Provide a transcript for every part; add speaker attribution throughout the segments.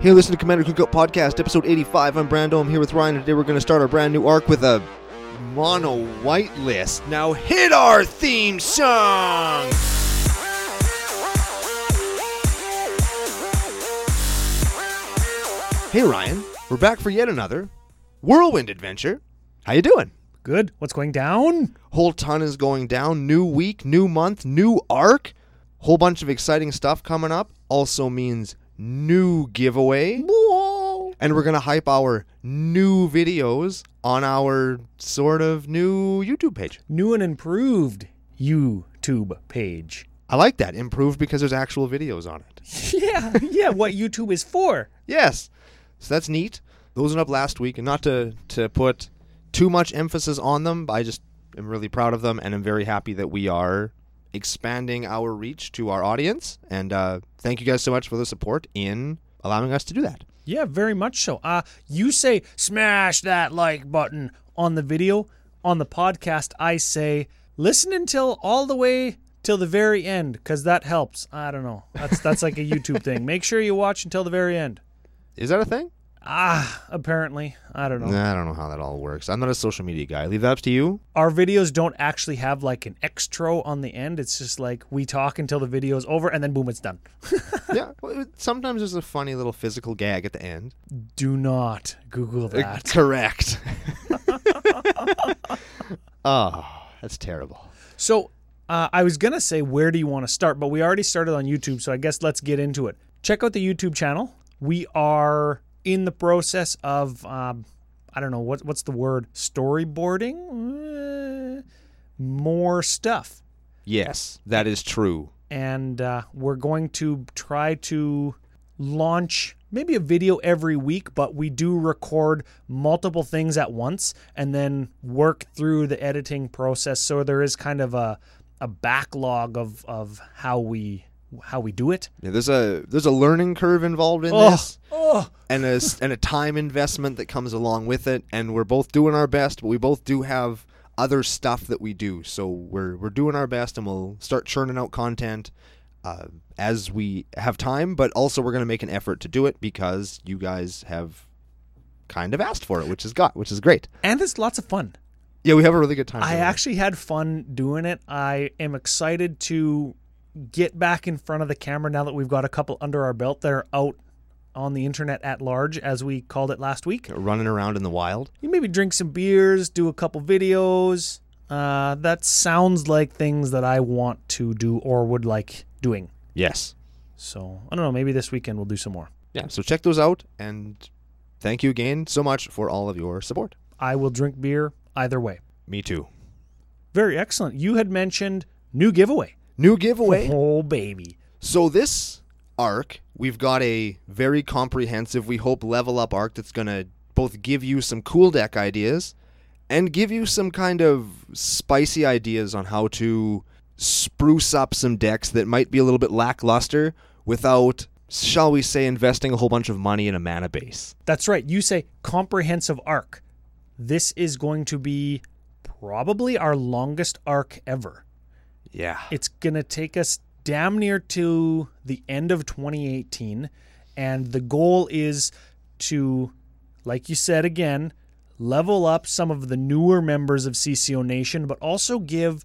Speaker 1: Hey, listen to Commander Cookout Podcast, episode 85. I'm Brando. I'm here with Ryan. Today we're going to start our brand new arc with a mono white list. Now hit our theme song! Hey, Ryan. We're back for yet another whirlwind adventure. How you doing?
Speaker 2: Good. What's going down?
Speaker 1: Whole ton is going down. New week, new month, new arc. Whole bunch of exciting stuff coming up. Also means new giveaway. and we're gonna hype our new videos on our sort of new YouTube page.
Speaker 2: New and improved YouTube page.
Speaker 1: I like that. Improved because there's actual videos on it.
Speaker 2: Yeah, yeah, what YouTube is for.
Speaker 1: Yes. So that's neat. Those went up last week, and not to to put too much emphasis on them, but I just am really proud of them, and I'm very happy that we are expanding our reach to our audience. And uh, thank you guys so much for the support in allowing us to do that.
Speaker 2: Yeah, very much so. Uh, you say smash that like button on the video. On the podcast, I say listen until all the way till the very end because that helps. I don't know. That's that's like a YouTube thing. Make sure you watch until the very end.
Speaker 1: Is that a thing?
Speaker 2: Ah, apparently, I don't know.
Speaker 1: Nah, I don't know how that all works. I'm not a social media guy. I leave that up to you.
Speaker 2: our videos don't actually have like an extra on the end. It's just like we talk until the video is over and then boom, it's done.
Speaker 1: yeah. well, it- Sometimes there's a funny little physical gag at the end.
Speaker 2: Do not Google that.
Speaker 1: Correct. oh, that's terrible.
Speaker 2: So uh, I was going to say, where do you want to start? But we already started on YouTube. So I guess let's get into it. Check out the YouTube channel. We are in the process of, um, I don't know, what, what's the word? Storyboarding? Uh, more stuff.
Speaker 1: Yes, that is true.
Speaker 2: and uh, we're going to try to launch maybe a video every week but we do record multiple things at once and then work through the editing process so there is kind of a a backlog of of how we how we do it
Speaker 1: Yeah, there's a there's a learning curve involved in this,
Speaker 2: oh
Speaker 1: and a s- and a time investment that comes along with it. And we're both doing our best, but we both do have other stuff that we do. So we're we're doing our best, and we'll start churning out content uh, as we have time. But also, we're going to make an effort to do it because you guys have kind of asked for it, which is got, which is great.
Speaker 2: and it's lots of fun
Speaker 1: Yeah, we have a really good time.
Speaker 2: I
Speaker 1: doing it.
Speaker 2: actually had fun doing it. I am excited to get back in front of the camera now that we've got a couple under our belt that are out on the internet at large, as we called it last week.
Speaker 1: running around in the wild.
Speaker 2: You maybe drink some beers, do a couple videos. Uh, that sounds like things that I want to do or would like doing.
Speaker 1: Yes.
Speaker 2: So I don't know. Maybe this weekend we'll do some more.
Speaker 1: Yeah. So check those out, and thank you again so much for all of your support.
Speaker 2: I will drink beer either way.
Speaker 1: Me too.
Speaker 2: Very excellent. You had mentioned new giveaway.
Speaker 1: New giveaway.
Speaker 2: Oh baby.
Speaker 1: So this arc, we've got a very comprehensive, we hope, level up arc that's gonna both give you some cool deck ideas and give you some kind of spicy ideas on how to spruce up some decks that might be a little bit lackluster without, shall we say, investing a whole bunch of money in a mana base.
Speaker 2: That's right. You say comprehensive arc. This is going to be probably our longest arc ever.
Speaker 1: Yeah.
Speaker 2: It's going to take us damn near to the end of 2018. And the goal is to, like you said again, level up some of the newer members of CCO Nation, but also give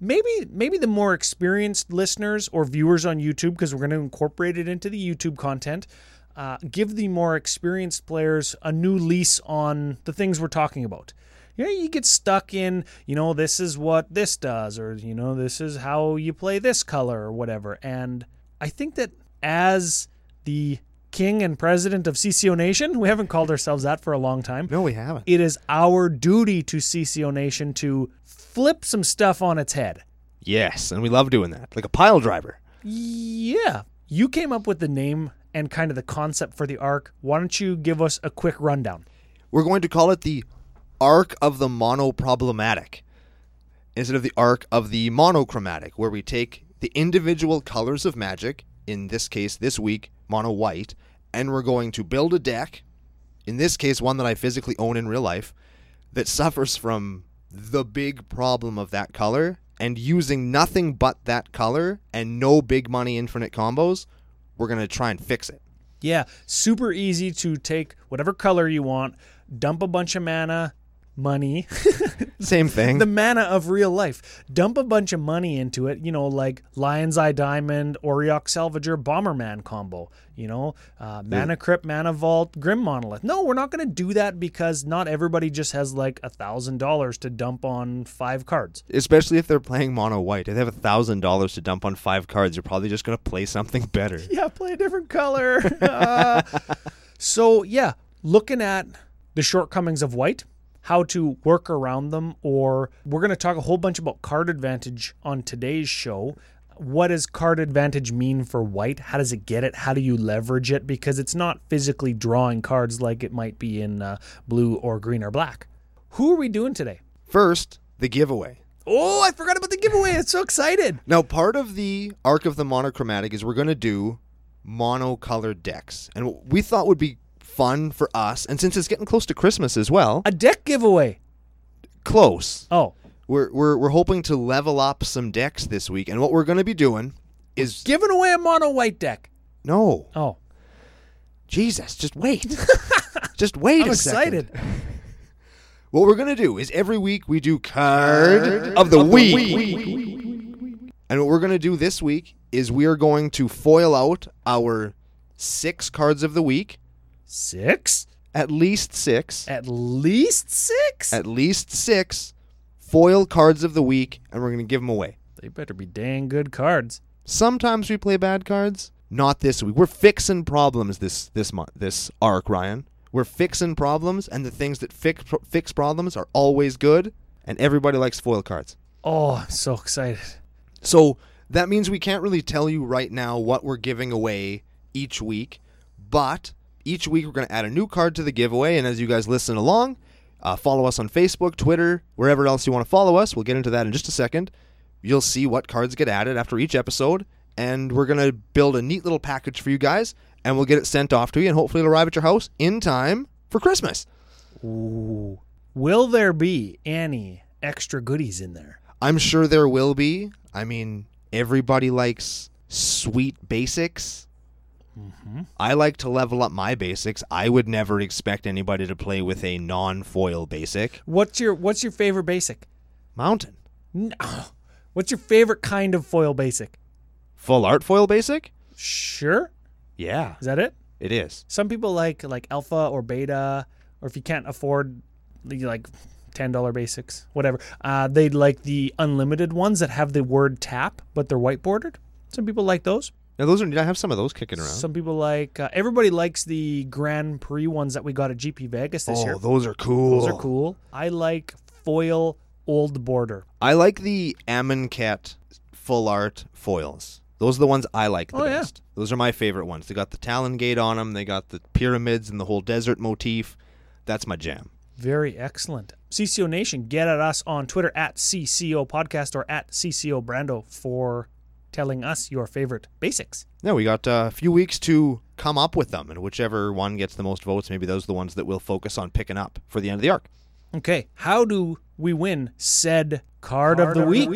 Speaker 2: maybe maybe the more experienced listeners or viewers on YouTube, because we're going to incorporate it into the YouTube content. Uh, give the more experienced players a new lease on the things we're talking about. Yeah, you get stuck in, you know, this is what this does, or you know, this is how you play this color, or whatever. And I think that as the king and president of CCO Nation, we haven't called ourselves that for a long time
Speaker 1: No, we haven't.
Speaker 2: it is our duty to CCO Nation to flip some stuff on its head.
Speaker 1: Yes, and we love doing that. Like a pile driver.
Speaker 2: Yeah. You came up with the name and kind of the concept for the arc. Why don't you give us a quick rundown?
Speaker 1: We're going to call it the arc of the monoproblematic instead of the arc of the monochromatic, where we take the individual colors of magic, in this case, this week, mono white, and we're going to build a deck, in this case, one that I physically own in real life, that suffers from the big problem of that color and using nothing but that color and no big money infinite combos, we're going to try and fix it.
Speaker 2: Yeah, super easy to take whatever color you want, dump a bunch of mana, money,
Speaker 1: Same thing.
Speaker 2: the mana of real life, dump a bunch of money into it, you know, like Lion's Eye Diamond, Oriok Salvager, Bomberman combo, you know, uh, Mana Crypt, Mana Vault, Grim Monolith. No, we're not going to do that because not everybody just has like a $1,000 to dump on five cards.
Speaker 1: Especially if they're playing mono white. If they have a thousand dollars to dump on five cards, you're probably just gonna play something better.
Speaker 2: yeah, play a different color. Uh, so, yeah, looking at the shortcomings of white, how to work around them, or we're going to talk a whole bunch about card advantage on today's show. What does card advantage mean for white? How does it get it? How do you leverage it? Because it's not physically drawing cards like it might be in uh, blue or green or black. Who are we doing today?
Speaker 1: First, the giveaway.
Speaker 2: Oh, I forgot about the giveaway. I'm so excited.
Speaker 1: Now, part of the arc of the monochromatic is we're going to do monocolored decks. And what we thought would be fun for us, and since it's getting close to Christmas as well,
Speaker 2: A deck giveaway.
Speaker 1: close.
Speaker 2: Oh,
Speaker 1: We're, we're, we're hoping to level up some decks this week. And what we're going to be doing is
Speaker 2: giving away a mono white deck.
Speaker 1: no,
Speaker 2: Oh,
Speaker 1: Jesus, just wait. just wait
Speaker 2: I'm
Speaker 1: a second.
Speaker 2: excited.
Speaker 1: What we're going to do is every week we do card of the week. And what we're going to do this week is we are going to foil out our six cards of the week,
Speaker 2: Six?
Speaker 1: at least six,
Speaker 2: At least six?
Speaker 1: at least six foil cards of the week, and we're going to give them away.
Speaker 2: they better be dang good cards.
Speaker 1: Sometimes we play bad cards, not this week. We're fixing problems this this month, this arc, Ryan. We're fixing problems, and the things that fix fix problems are always good. And everybody likes foil cards.
Speaker 2: Oh, I'm so excited.
Speaker 1: So that means we can't really tell you right now what we're giving away each week, but each week we're going to add a new card to the giveaway. And as you guys listen along, uh, follow us on Facebook, Twitter, wherever else you want to follow us. We'll get into that in just a second. You'll see what cards get added after each episode, and we're going to build a neat little package for you guys, and we'll get it sent off to you, and hopefully it'll arrive at your house in time for Christmas.
Speaker 2: Ooh. Will there be any extra goodies in there?
Speaker 1: I'm sure there will be. I mean, everybody likes sweet basics. I like to level up my basics. I would never expect anybody to play with a non-foil basic.
Speaker 2: What's your what's your favorite basic?
Speaker 1: Mountain.
Speaker 2: No. What's your favorite kind of foil basic?
Speaker 1: Full art foil basic?
Speaker 2: Sure?
Speaker 1: Yeah,
Speaker 2: Is that it?
Speaker 1: it is.
Speaker 2: Some people like like alpha or beta or if you can't afford you like $10 basics, whatever. Uh, they like the unlimited ones that have the word tap but they're white bordered. Some people like those.
Speaker 1: Now those are I have some of those kicking around.
Speaker 2: Some people like uh, everybody likes the Grand Prix ones that we got at GP Vegas this
Speaker 1: oh,
Speaker 2: year.
Speaker 1: those are cool.
Speaker 2: Those are cool. I like foil old border.
Speaker 1: I like the Amonkhet full art foils. Those are the ones I like the
Speaker 2: Oh, yeah.
Speaker 1: best. Those are my favorite ones. They got the Talon Gate on them. They got the pyramids and the whole desert motif. That's my jam.
Speaker 2: Very excellent. CCO Nation, get at us on Twitter at CCO Podcast or at CCO Brando for telling us your favorite basics.
Speaker 1: No, we got uh, a few weeks to come up with them, and whichever one gets the most votes, maybe those are the ones that we'll focus on picking up for the end of the arc.
Speaker 2: Okay, how do we win said card, of, the, week?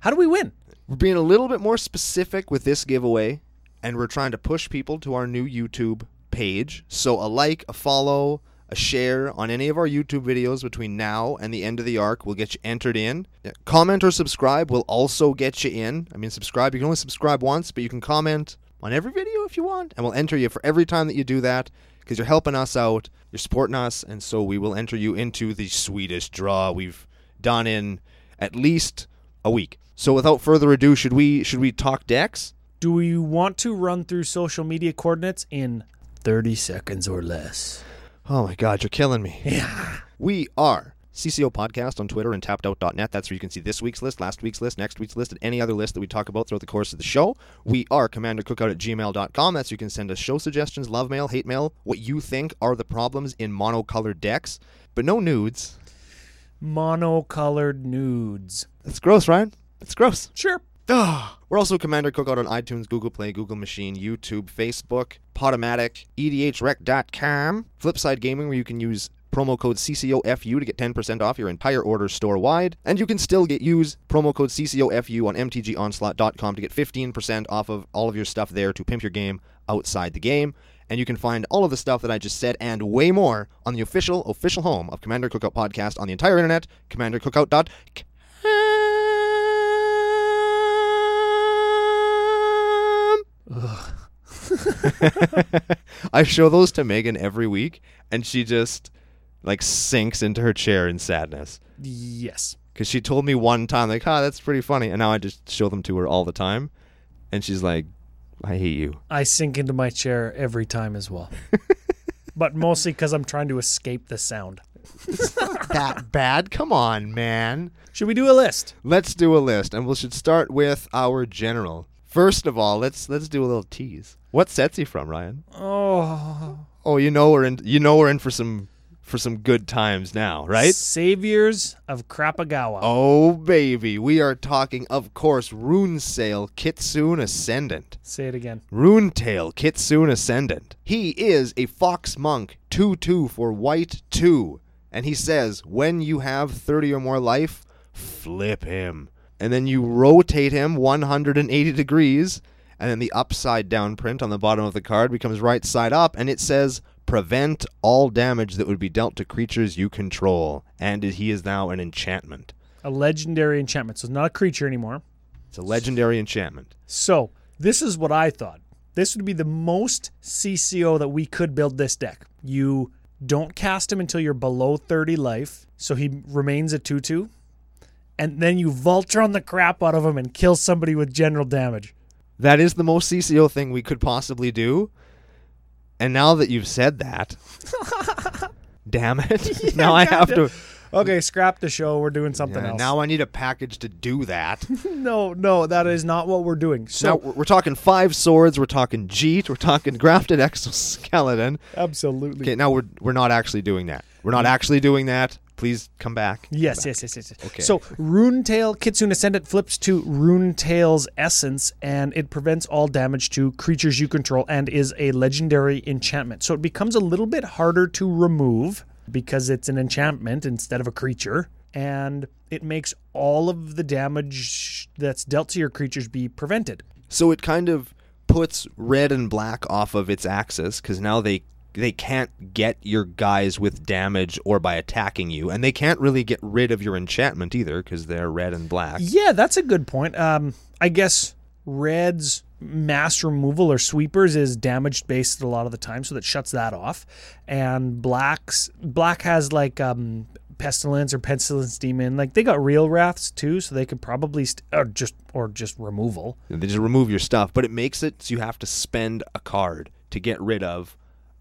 Speaker 2: How do we win?
Speaker 1: We're being a little bit more specific with this giveaway, and we're trying to push people to our new YouTube page. So, a like, a follow, a share on any of our YouTube videos between now and the end of the arc will get you entered in. Yeah, Comment or subscribe will also get you in. I mean, subscribe, you can only subscribe once, but you can comment on every video if you want, and we'll enter you for every time that you do that because you're helping us out, you're supporting us, and so we will enter you into the Swedish draw we've done in at least a week. So without further ado, should we should we talk decks?
Speaker 2: Do you want to run through social media coordinates in 30 seconds or less?
Speaker 1: Oh my god, you're killing me. We are CCO Podcast on Twitter and tappedout.net. That's where you can see this week's list, last week's list, next week's list, and any other list that we talk about throughout the course of the show. We are commandercookout at gmail.com. That's where you can send us show suggestions, love mail, hate mail, what you think are the problems in monocolored decks, but no nudes.
Speaker 2: monocolored nudes.
Speaker 1: That's gross, Ryan. That's gross.
Speaker 2: Sure.
Speaker 1: Ah. We're also Commander Cookout on iTunes, Google Play, Google Machine, YouTube, Facebook, Podomatic, E EDHREC.com, Flipside Gaming, where you can use promo code CCOFU to get 10% off your entire order store wide. And you can still get use promo code CCOFU on MTGOnslaught.com to get 15% off of all of your stuff there to pimp your game outside the game. And you can find all of the stuff that I just said and way more on the official, official home of Commander Cookout Podcast on the entire internet, Um, commandercookout.com. I show those to Megan every week, and she just like sinks into her chair in sadness.
Speaker 2: Yes.
Speaker 1: Because she told me one time, like, ah, that's pretty funny. And now I just show them to her all the time. And she's like, I hate you.
Speaker 2: I sink into my chair every time as well. but mostly because I'm trying to escape the sound.
Speaker 1: that bad? Come on, man.
Speaker 2: Should we do a list?
Speaker 1: Let's do a list, and we should start with our general. First of all, let's let's do a little tease. What set's he from, Ryan?
Speaker 2: Oh.
Speaker 1: Oh, you know we're in. You know we're in for some for some good times now, right?
Speaker 2: Saviors of Krapagawa.
Speaker 1: Oh baby, we are talking, of course, Runesail Kitsune Ascendant.
Speaker 2: Say it again.
Speaker 1: Runetail Kitsune Ascendant. He is a fox monk, 2 2 for white 2. And he says, when you have 30 or more life, flip him. And then you rotate him 180 degrees. And then the upside down print on the bottom of the card becomes right side up. And it says, prevent all damage that would be dealt to creatures you control. And he is now an enchantment.
Speaker 2: A legendary enchantment. So it's not a creature anymore.
Speaker 1: It's a legendary enchantment.
Speaker 2: So this is what I thought. This would be the most CCO that we could build this deck. You don't cast him until you're below 30 life, so he remains a 2 2. And then you Voltron the crap out of him and kill somebody with general damage.
Speaker 1: That is the most CCO thing we could possibly do. And now that you've said that, damn it. now I have to.
Speaker 2: Okay, scrap the show. We're doing something
Speaker 1: Yeah,
Speaker 2: else.
Speaker 1: now I need a package to do that.
Speaker 2: no, no, that is not what we're doing. So,
Speaker 1: now we're we're talking five swords. We're talking Jeet. We're talking grafted exoskeleton.
Speaker 2: absolutely.
Speaker 1: Okay, now we're we're not actually doing that. We're not actually doing that. Please come back.
Speaker 2: Yes, yes, yes, yes, yes.
Speaker 1: Okay.
Speaker 2: So Runetail Kitsune Ascendant flips to Runetail's essence, and it prevents all damage to creatures you control, and is a legendary enchantment. So it becomes a little bit harder to remove because it's an enchantment instead of a creature, and it makes all of the damage that's dealt to your creatures be prevented.
Speaker 1: So it kind of puts red and black off of its axis because now they they can't get your guys with damage or by attacking you, and they can't really get rid of your enchantment either because they're red and black.
Speaker 2: Yeah, that's a good point. Um, I guess Red's mass removal or sweepers is damage based a lot of the time, so that shuts that off. And Black's Black has like um, pestilence or pestilence demon. Like they got real wraths too, so they could probably st- or just or just removal.
Speaker 1: They just remove your stuff, but it makes it so you have to spend a card to get rid of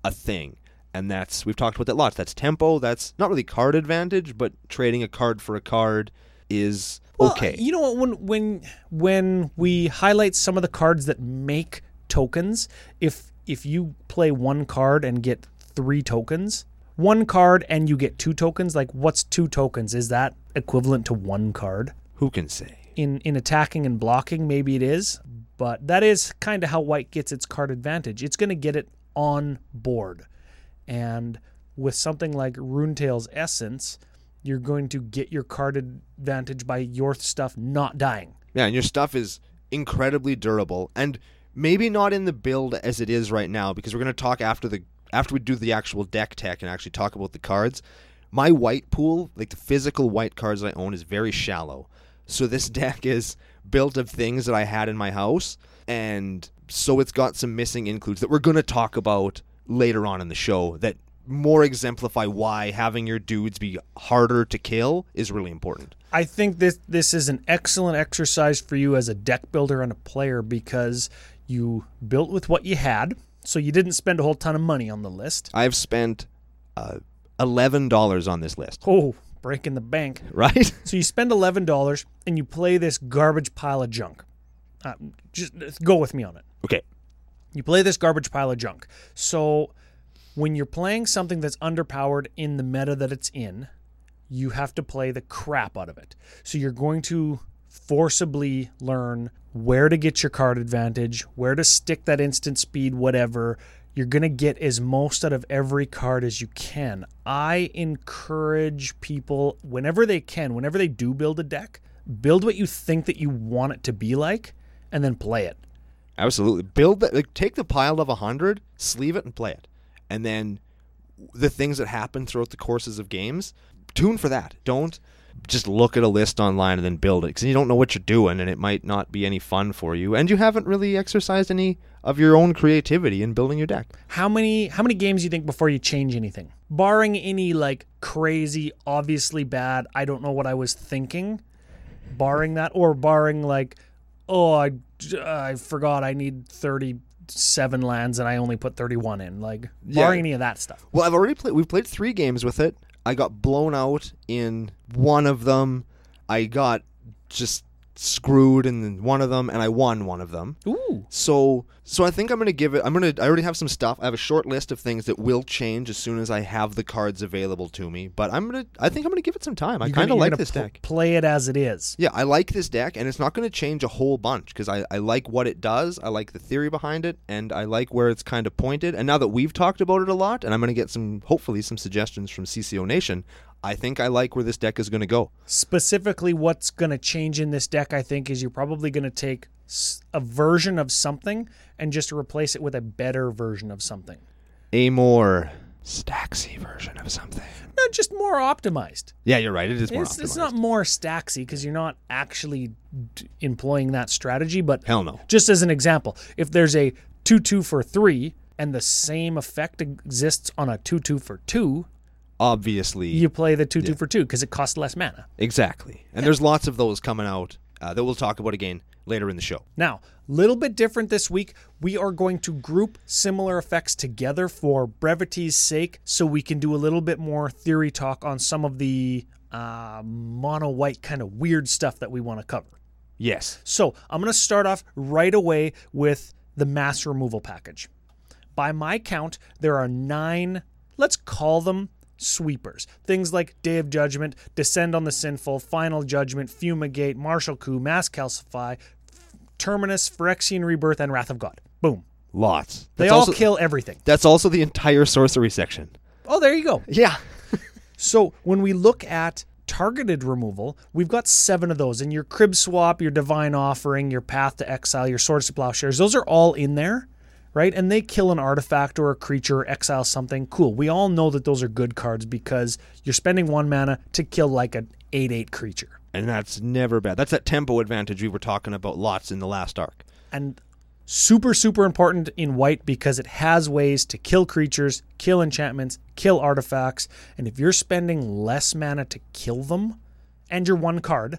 Speaker 1: a thing. And that's we've talked about that lots. That's tempo, that's not really card advantage, but trading a card for a card is okay.
Speaker 2: You know what? When when when we highlight some of the cards that make tokens, if if you play one card and get three tokens, one card and you get two tokens, like what's two tokens? Is that equivalent to one card?
Speaker 1: Who can say?
Speaker 2: In in attacking and blocking, maybe it is, but that is kind of how white gets its card advantage. It's going to get it on board, and with something like Runetail's Essence. You're going to get your card advantage by your stuff not dying.
Speaker 1: Yeah, and your stuff is incredibly durable and maybe not in the build as it is right now because we're going to talk after the after we do the actual deck tech and actually talk about the cards. My white pool, like the physical white cards I own is very shallow. So this deck is built of things that I had in my house and so it's got some missing includes that we're going to talk about later on in the show that more exemplify why having your dudes be harder to kill is really important.
Speaker 2: I think this this is an excellent exercise for you as a deck builder and a player because you built with what you had, so you didn't spend a whole ton of money on the list.
Speaker 1: I've spent uh, eleven dollars on this list,
Speaker 2: Oh, breaking the bank.
Speaker 1: right?
Speaker 2: So you spend eleven dollars and you play this garbage pile of junk. Uh, just go with me on it.
Speaker 1: Okay.
Speaker 2: You play this garbage pile of junk. So when you're playing something that's underpowered in the meta that it's in, you have to play the crap out of it. So you're going to forcibly learn where to get your card advantage, where to stick that instant speed, whatever. You're going to get as most out of every card as you can. I encourage people, whenever they can, whenever they do build a deck, build what you think that you want it to be like and then play it
Speaker 1: Absolutely. Build that. Like, take the pile of 100, sleeve it, and play it. And then the things that happen throughout the courses of games, tune for that. Don't just look at a list online and then build it because you don't know what you're doing and it might not be any fun for you. And you haven't really exercised any of your own creativity in building your deck.
Speaker 2: How many how many games do you think before you change anything? Barring any like crazy, obviously bad, I don't know what I was thinking. Barring that, or barring like, oh, I, I forgot I need thirty seven lands and I only put thirty one in. Like
Speaker 1: Yeah.
Speaker 2: barring any of that stuff.
Speaker 1: Well, I've already played. We've played three games with it. I got blown out in one of them. I got just screwed in one of them, and I won one of them.
Speaker 2: Ooh,
Speaker 1: So, so I think I'm gonna give it. I'm gonna. I already have some stuff. I have a short list of things that will change as soon as I have the cards available to me. But I'm gonna. I think I'm gonna give it some time. I
Speaker 2: You're
Speaker 1: kind
Speaker 2: gonna-
Speaker 1: of
Speaker 2: you're
Speaker 1: like
Speaker 2: gonna
Speaker 1: this
Speaker 2: pl-
Speaker 1: deck.
Speaker 2: Play it as it is.
Speaker 1: Yeah, I like this deck, and it's not going to change a whole bunch because I, I like what it does. I like the theory behind it, and I like where it's kind of pointed. And now that we've talked about it a lot, and I'm going to get some, hopefully, some suggestions from CCO Nation, I think I like where this deck is going to go.
Speaker 2: specifically what's going to change in this deck i think is you're probably going to take s- a version of something and just replace it with a better version of something
Speaker 1: A more Staxy version of something.
Speaker 2: no just more optimized
Speaker 1: Yeah, you're right. It is more
Speaker 2: it's, it's
Speaker 1: optimized.
Speaker 2: not more staxy because you're not actually d- employing that strategy but
Speaker 1: Hell no.
Speaker 2: just as an example if there's a 2-2 for 3 and the same effect exists on a 2-2 for 2
Speaker 1: Obviously.
Speaker 2: you play the 2-2 for 2 because it costs less mana
Speaker 1: Exactly. And there's lots of those coming out uh, that we'll talk about again later in the show.
Speaker 2: Now, little bit different this week. We are going to group similar effects together for brevity's sake, so we can do a little bit more theory talk on some of the uh, mono white kind of weird stuff that we want to cover.
Speaker 1: Yes.
Speaker 2: So I'm going to start off right away with the mass removal package. By my count, there are nine, let's call them sweepers. Things like Day of Judgment, Descend on the Sinful, Final Judgment, Fumigate, Martial Coup, Mass Calcify, Terminus, Phyrexian Rebirth, and Wrath of God. Boom.
Speaker 1: Lots.
Speaker 2: They
Speaker 1: That's
Speaker 2: all
Speaker 1: also-
Speaker 2: kill everything.
Speaker 1: That's also the entire sorcery section.
Speaker 2: Oh, there you go.
Speaker 1: Yeah.
Speaker 2: So when we look at targeted removal, we've got seven of those. And your crib swap, your divine offering, your path to exile, your swords to plowshares, those are all in there, right? And they kill an artifact or a creature, exile something. Cool. We all know that those are good cards because you're spending one mana to kill like an 8 8 creature.
Speaker 1: and that's never bad. That's that tempo advantage we were talking about lots in the last arc.
Speaker 2: and super super important in white because it has ways to kill creatures, kill enchantments, kill artifacts, and if you're spending less mana to kill them and your one card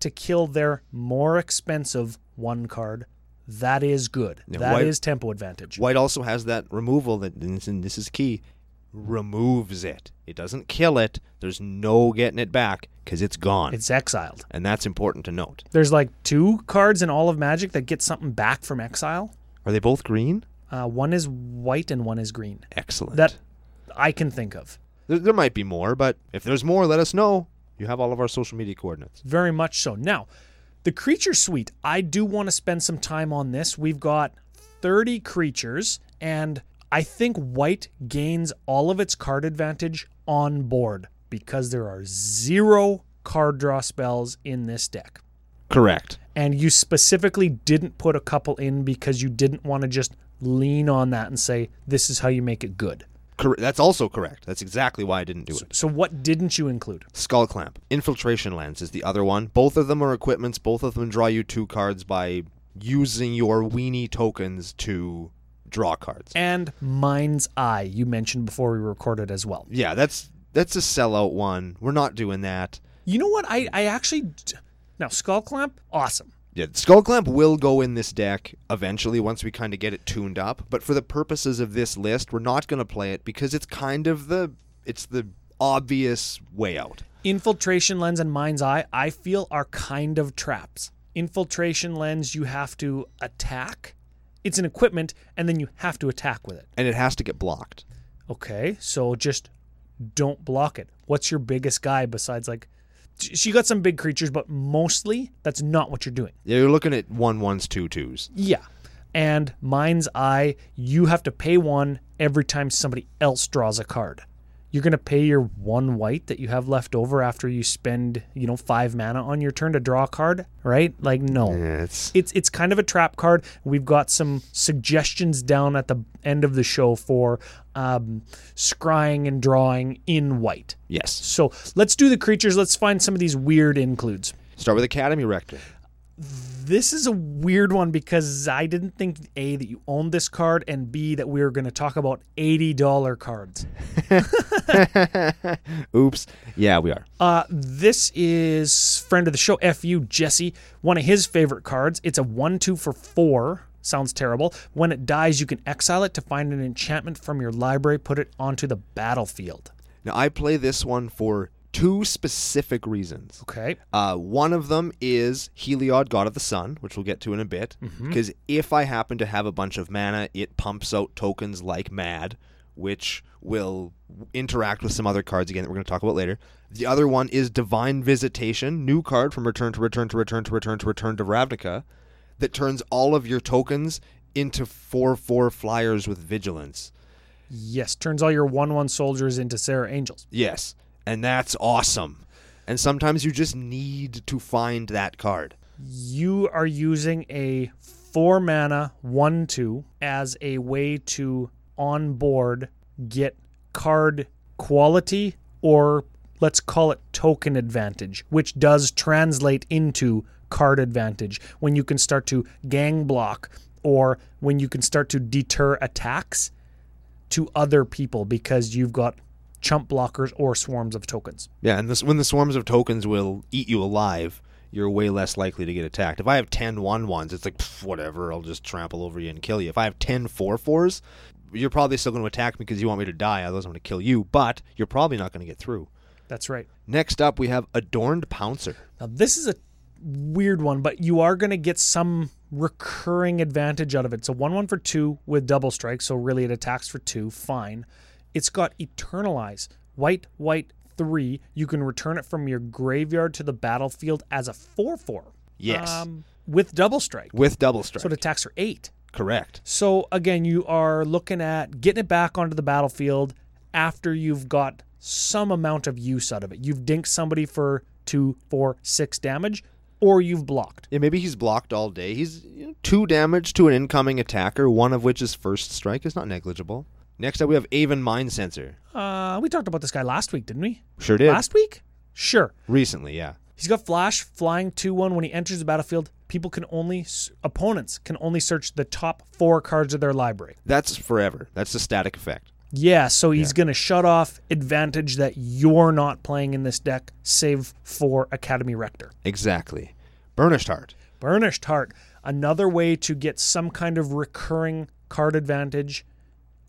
Speaker 2: to kill their more expensive one card, that is good. That is
Speaker 1: white-
Speaker 2: tempo advantage.
Speaker 1: White also has that removal that, and this- and this is key, removes it. It doesn't kill it. There's no getting it back because it's gone,
Speaker 2: It's exiled.
Speaker 1: and that's important to note.
Speaker 2: There's like two cards in all of Magic that get something back from exile.
Speaker 1: Are they both green?
Speaker 2: Uh, one is white and one is green
Speaker 1: Excellent.
Speaker 2: that I can think of.
Speaker 1: there, there might be more, but if there's more, let us know. You have all of our social media coordinates.
Speaker 2: Very much so. Now, the creature suite, I do want to spend some time on this. We've got 30 creatures, and I think white gains all of its card advantage on board because there are zero card draw spells in this deck.
Speaker 1: Correct.
Speaker 2: And you specifically didn't put a couple in because you didn't want to just lean on that and say, this is how you make it good.
Speaker 1: Cor- that's also correct. That's exactly why I didn't do it.
Speaker 2: So, what didn't you include?
Speaker 1: Skull Clamp. Infiltration Lens is the other one. Both of them are equipments. Both of them draw you two cards by using your weenie tokens to draw cards.
Speaker 2: And Mind's Eye, you mentioned before we recorded as well.
Speaker 1: yeah, that's that's a sellout one. We're not doing that.
Speaker 2: You know what? I, I actually d- now skull clamp, awesome.
Speaker 1: Yeah, Skull Clamp will go in this deck eventually once we kind of get it tuned up. But for the purposes of this list, we're not going to play it because it's kind of the it's the obvious way out.
Speaker 2: Infiltration lens and mind's eye, I feel are kind of traps. Infiltration lens, you have to attack. It's an equipment, and then you have to attack with it.
Speaker 1: And it has to get blocked.
Speaker 2: Okay, so just don't block it. What's your biggest guy besides like? sh- She got some big creatures, but mostly that's not what you're doing.
Speaker 1: Yeah, you're looking at one ones, two twos.
Speaker 2: Yeah. And Mind's Eye, you have to pay one every time somebody else draws a card. you're going to pay your one white that you have left over after you spend, you know, five mana on your turn to draw a card, right? Like, no.
Speaker 1: Yeah, it's
Speaker 2: It's it's kind of a trap card. We've got some suggestions down at the end of the show for um, scrying and drawing in white.
Speaker 1: yes.
Speaker 2: So let's do the creatures. Let's find some of these weird includes.
Speaker 1: Start with Academy Rector.
Speaker 2: This is a weird one because I didn't think A, that you owned this card, and B, that we were going to talk about $80 cards.
Speaker 1: Oops. Yeah, we are.
Speaker 2: Uh, this is friend of the show, FU Jesse, one of his favorite cards. It's a 1 2 for 4. Sounds terrible. When it dies, you can exile it to find an enchantment from your library, put it onto the battlefield.
Speaker 1: Now I play this one for two specific reasons.
Speaker 2: Okay.
Speaker 1: Uh, one of them is Heliod, God of the Sun, which we'll get to in a bit. Because if I happen to have a bunch of mana, it pumps out tokens like mad, which will interact with some other cards again that we're going to talk about later. The other one is Divine Visitation, new card from Return to Return to Return to Return to Return to Ravnica, that turns all of your tokens into 4 4 flyers with vigilance.
Speaker 2: Yes. Turns all your 1 1 soldiers into Sarah Angels.
Speaker 1: Yes. And that's awesome. And sometimes you just need to find that card.
Speaker 2: you are using a four mana one two as a way to on board get card quality or let's call it token advantage which does translate into card advantage when you can start to gang block or when you can start to deter attacks to other people because you've got chump blockers or swarms of tokens
Speaker 1: Yeah, and this, when the swarms of tokens will eat you alive, you're way less likely to get attacked. If I have 10 1 ones, it's like, pff, whatever, I'll just trample over you and kill you. If I have 10 4 4s, you're probably still going to attack me because you want me to die, otherwise, I'm going to kill you, but you're probably not going to get through.
Speaker 2: that's right
Speaker 1: Next up, we have Adorned Pouncer.
Speaker 2: Now, this is a weird one, but you are going to get some recurring advantage out of it. So, 1 1 for 2 with double strike. So, really, it attacks for 2. Fine. It's got Eternalize. White, white, 3. You can return it from your graveyard to the battlefield as a 4 4.
Speaker 1: Yes.
Speaker 2: with double strike.
Speaker 1: With double strike.
Speaker 2: So, it attacks for 8.
Speaker 1: Correct.
Speaker 2: So again, you are looking at getting it back onto the battlefield after you've got some amount of use out of it. You've dinked somebody for two, four, six damage, or you've blocked.
Speaker 1: Yeah, maybe he's blocked all day. He's you know, two damage to an incoming attacker, one of which is first strike. It's not negligible. Next up, we have Avon Mind Sensor.
Speaker 2: Uh, we talked about this guy last week, didn't we?
Speaker 1: Sure did.
Speaker 2: Last week? Sure.
Speaker 1: Recently, yeah.
Speaker 2: He's got flash, flying 2-1 when he enters the battlefield. People can only opponents can only search the top 4 cards of their library.
Speaker 1: That's forever. That's the static effect.
Speaker 2: Yeah, so he's going to shut off advantage that you're not playing in this deck save for Academy Rector.
Speaker 1: Exactly. Burnished Heart.
Speaker 2: Burnished Heart, another way to get some kind of recurring card advantage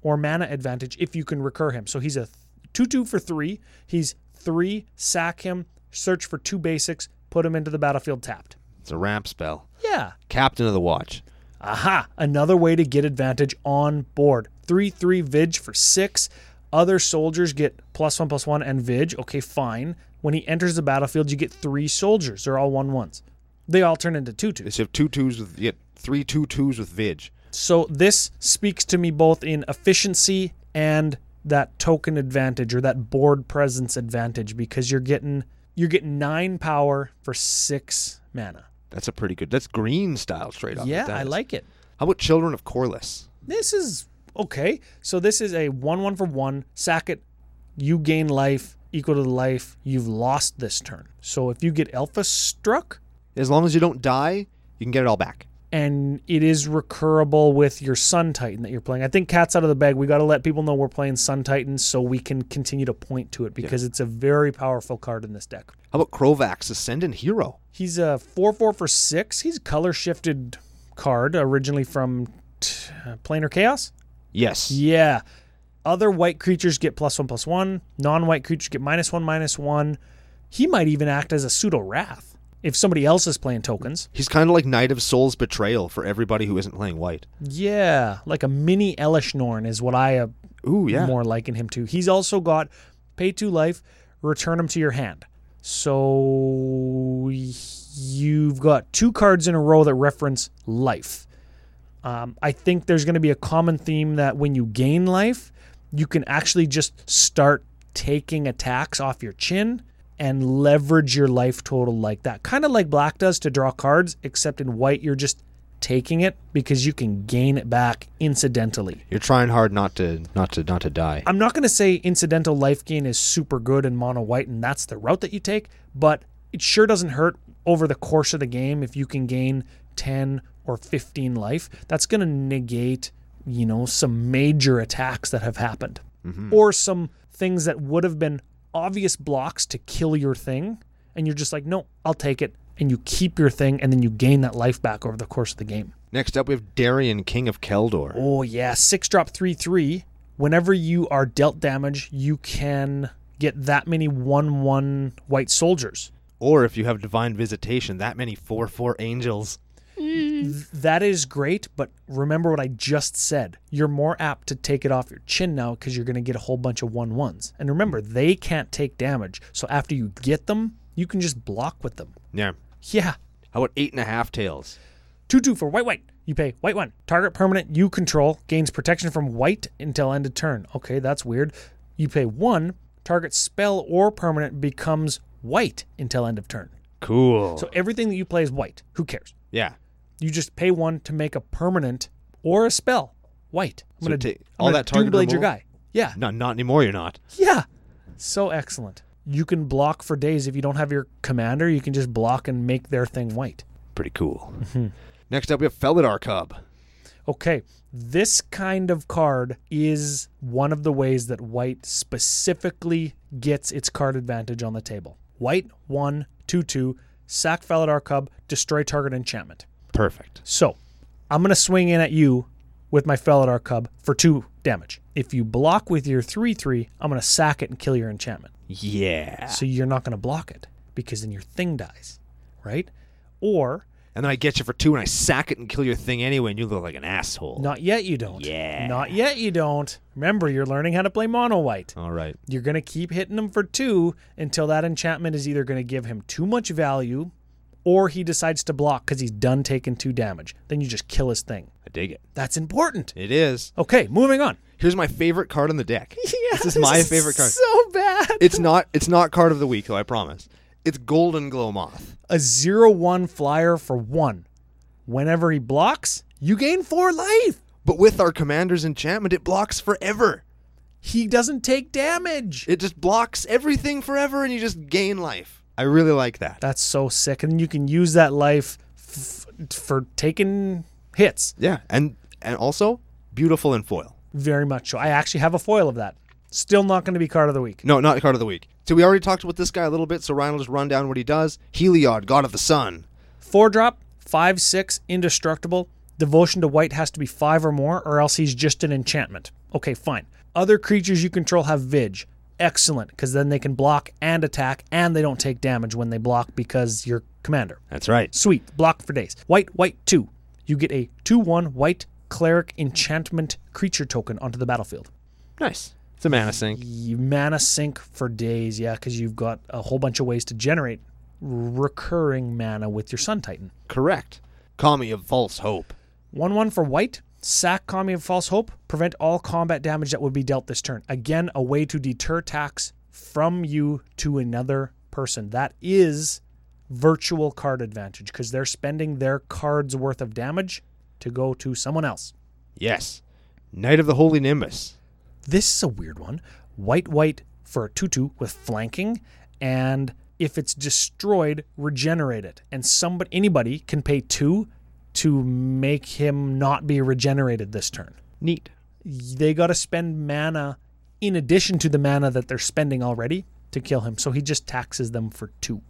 Speaker 2: or mana advantage if you can recur him. So he's a 2 2 for 3. He's 3, sack him, search for two basics, put him into the battlefield tapped.
Speaker 1: It's a ramp spell.
Speaker 2: Yeah.
Speaker 1: Captain of the Watch.
Speaker 2: Aha! Another way to get advantage on board. 3 3 Vig for 6. Other soldiers get plus 1 plus 1 and Vig. Okay, fine. When he enters the battlefield, you get three soldiers. They're all 1 1s. They all turn into 2 2s.
Speaker 1: So you have two twos with you get three two twos with Vig.
Speaker 2: So this speaks to me both in efficiency and that token advantage or that board presence advantage because you're getting you're getting nine power for six mana.
Speaker 1: That's a pretty good. That's green style straight up.
Speaker 2: Yeah,
Speaker 1: That
Speaker 2: I
Speaker 1: is.
Speaker 2: like it.
Speaker 1: How about Children of Corliss?
Speaker 2: This is okay. So this is a one one for one. Sack it. You gain life equal to the life you've lost this turn. So if you get Alpha struck
Speaker 1: As long as you don't die, you can get it all back.
Speaker 2: and it is recurable with your Sun Titan that you're playing. I think cat's out of the bag. We got to let people know we're playing Sun Titan so we can continue to point to it because it's a very powerful card in this deck.
Speaker 1: How about Krovax, Ascendant Hero?
Speaker 2: He's a 4 4 for 6. He's a color shifted card originally from t- uh, Planar Chaos.
Speaker 1: Yes.
Speaker 2: Yeah. Other white creatures get plus 1 plus 1. Non white creatures get minus 1 minus 1. He might even act as a pseudo wrath if somebody else is playing tokens.
Speaker 1: He's kind of like Knight of Souls Betrayal for everybody who isn't playing white.
Speaker 2: Yeah, like a mini Elishnorn is what I uh,
Speaker 1: Ooh, yeah.
Speaker 2: more liken him to. He's also got pay to life, return him to your hand. So you've got two cards in a row that reference life. Um, I think there's going to be a common theme that when you gain life, you can actually just start taking attacks off your chin and leverage your life total like that. Kind of like black does to draw cards, except in white, you're just taking it because you can gain it back incidentally.
Speaker 1: You're trying hard not to not to not to die.
Speaker 2: I'm not going to say incidental life gain is super good in mono white and that's the route that you take, but it sure doesn't hurt over the course of the game if you can gain 10 or 15 life. That's going to negate, you know, some major attacks that have happened or some things that would have been obvious blocks to kill your thing and you're just like, "No, I'll take it." And you keep your thing and then you gain that life back over the course of the game.
Speaker 1: Next up, we have Darien, King of Keldor.
Speaker 2: Oh yeah, six drop three three. Whenever you are dealt damage, you can get that many one one white soldiers.
Speaker 1: Or if you have Divine Visitation, that many four four angels.
Speaker 2: That is great, but remember what I just said. You're more apt to take it off your chin now because you're going to get a whole bunch of one ones. And remember, they can't take damage, so after you get them, you can just block with them.
Speaker 1: Yeah.
Speaker 2: Yeah,
Speaker 1: How about eight and a half tails?
Speaker 2: Two two for white white. You pay white one. Target permanent you control gains protection from white until end of turn. Okay, that's weird. You pay one. Target spell or permanent becomes white until end of turn.
Speaker 1: Cool.
Speaker 2: So everything that you play is white. Who cares?
Speaker 1: yeah.
Speaker 2: You just pay one to make a permanent or a spell white. I'm
Speaker 1: So
Speaker 2: gonna
Speaker 1: take
Speaker 2: I'm
Speaker 1: all
Speaker 2: gonna
Speaker 1: that target
Speaker 2: Doomblade
Speaker 1: removal?
Speaker 2: your guy. Yeah,
Speaker 1: No, not anymore. You're not.
Speaker 2: yeah. So excellent. You can block for days if you don't have your commander. You can just block and make their thing white.
Speaker 1: Pretty cool. Next up, we have Felidar Cub.
Speaker 2: okay, this kind of card is one of the ways that white specifically gets its card advantage on the table. White, 1, 2, 2, sack Felidar Cub, destroy target enchantment.
Speaker 1: Perfect.
Speaker 2: So I'm going to swing in at you with my Felidar Cub for 2 damage. If you block with your 3 3, I'm going to sack it and kill your enchantment.
Speaker 1: Yeah.
Speaker 2: So you're not going to block it because then your thing dies, right? Or
Speaker 1: And then I get you for two, and I sack it and kill your thing anyway, and you look like an asshole.
Speaker 2: Not yet you don't.
Speaker 1: Yeah.
Speaker 2: Not yet you don't. Remember, you're learning how to play mono white.
Speaker 1: All right.
Speaker 2: You're going to keep hitting him for two until that enchantment is either going to give him too much value or he decides to block because he's done taking two damage. Then you just kill his thing.
Speaker 1: I dig it.
Speaker 2: That's important.
Speaker 1: It is.
Speaker 2: Okay, moving on.
Speaker 1: Here's my favorite card on the deck. this is my favorite card.
Speaker 2: So bad.
Speaker 1: It's not. It's not card of the week, though. I promise. It's Golden Glow Moth.
Speaker 2: A zero one flyer for one. Whenever he blocks, you gain four life.
Speaker 1: But with our commander's enchantment, it blocks forever.
Speaker 2: He doesn't take damage.
Speaker 1: It just blocks everything forever, and you just gain life. I really like that.
Speaker 2: That's so sick. And you can use that life f- for taking hits.
Speaker 1: Yeah, and and also beautiful in foil.
Speaker 2: Very much so. I actually have a foil of that. Still not going to be card of the week.
Speaker 1: No, not card of the week. So we already talked about this guy a little bit. So Ryan will just run down what he does. Heliod, God of the Sun.
Speaker 2: Four drop, five, six, indestructible. Devotion to white has to be five or more, or else he's just an enchantment. Okay, fine. Other creatures you control have Vig. Excellent, because then they can block and attack, and they don't take damage when they block because you're commander.
Speaker 1: That's right.
Speaker 2: Sweet, block for days. White, white, two. You get a 2 1 white cleric enchantment creature token onto the battlefield.
Speaker 1: Nice. It's a mana sink.
Speaker 2: you mana sink for days, yeah, because you've got a whole bunch of ways to generate recurring mana with your Sun Titan.
Speaker 1: Correct. Kami of False Hope.
Speaker 2: One one for white. Sack Kami of False Hope. Prevent all combat damage that would be dealt this turn. Again, a way to deter attacks from you to another person. That is virtual card advantage because they're spending their card's worth of damage to go to someone else.
Speaker 1: Yes. Knight of the Holy Nimbus.
Speaker 2: This is a weird one. White, white for a 2 2 with flanking. And if it's destroyed, regenerate it. And somebody, anybody can pay two to make him not be regenerated this turn.
Speaker 1: Neat.
Speaker 2: They got to spend mana in addition to the mana that they're spending already to kill him. So he just taxes them for two.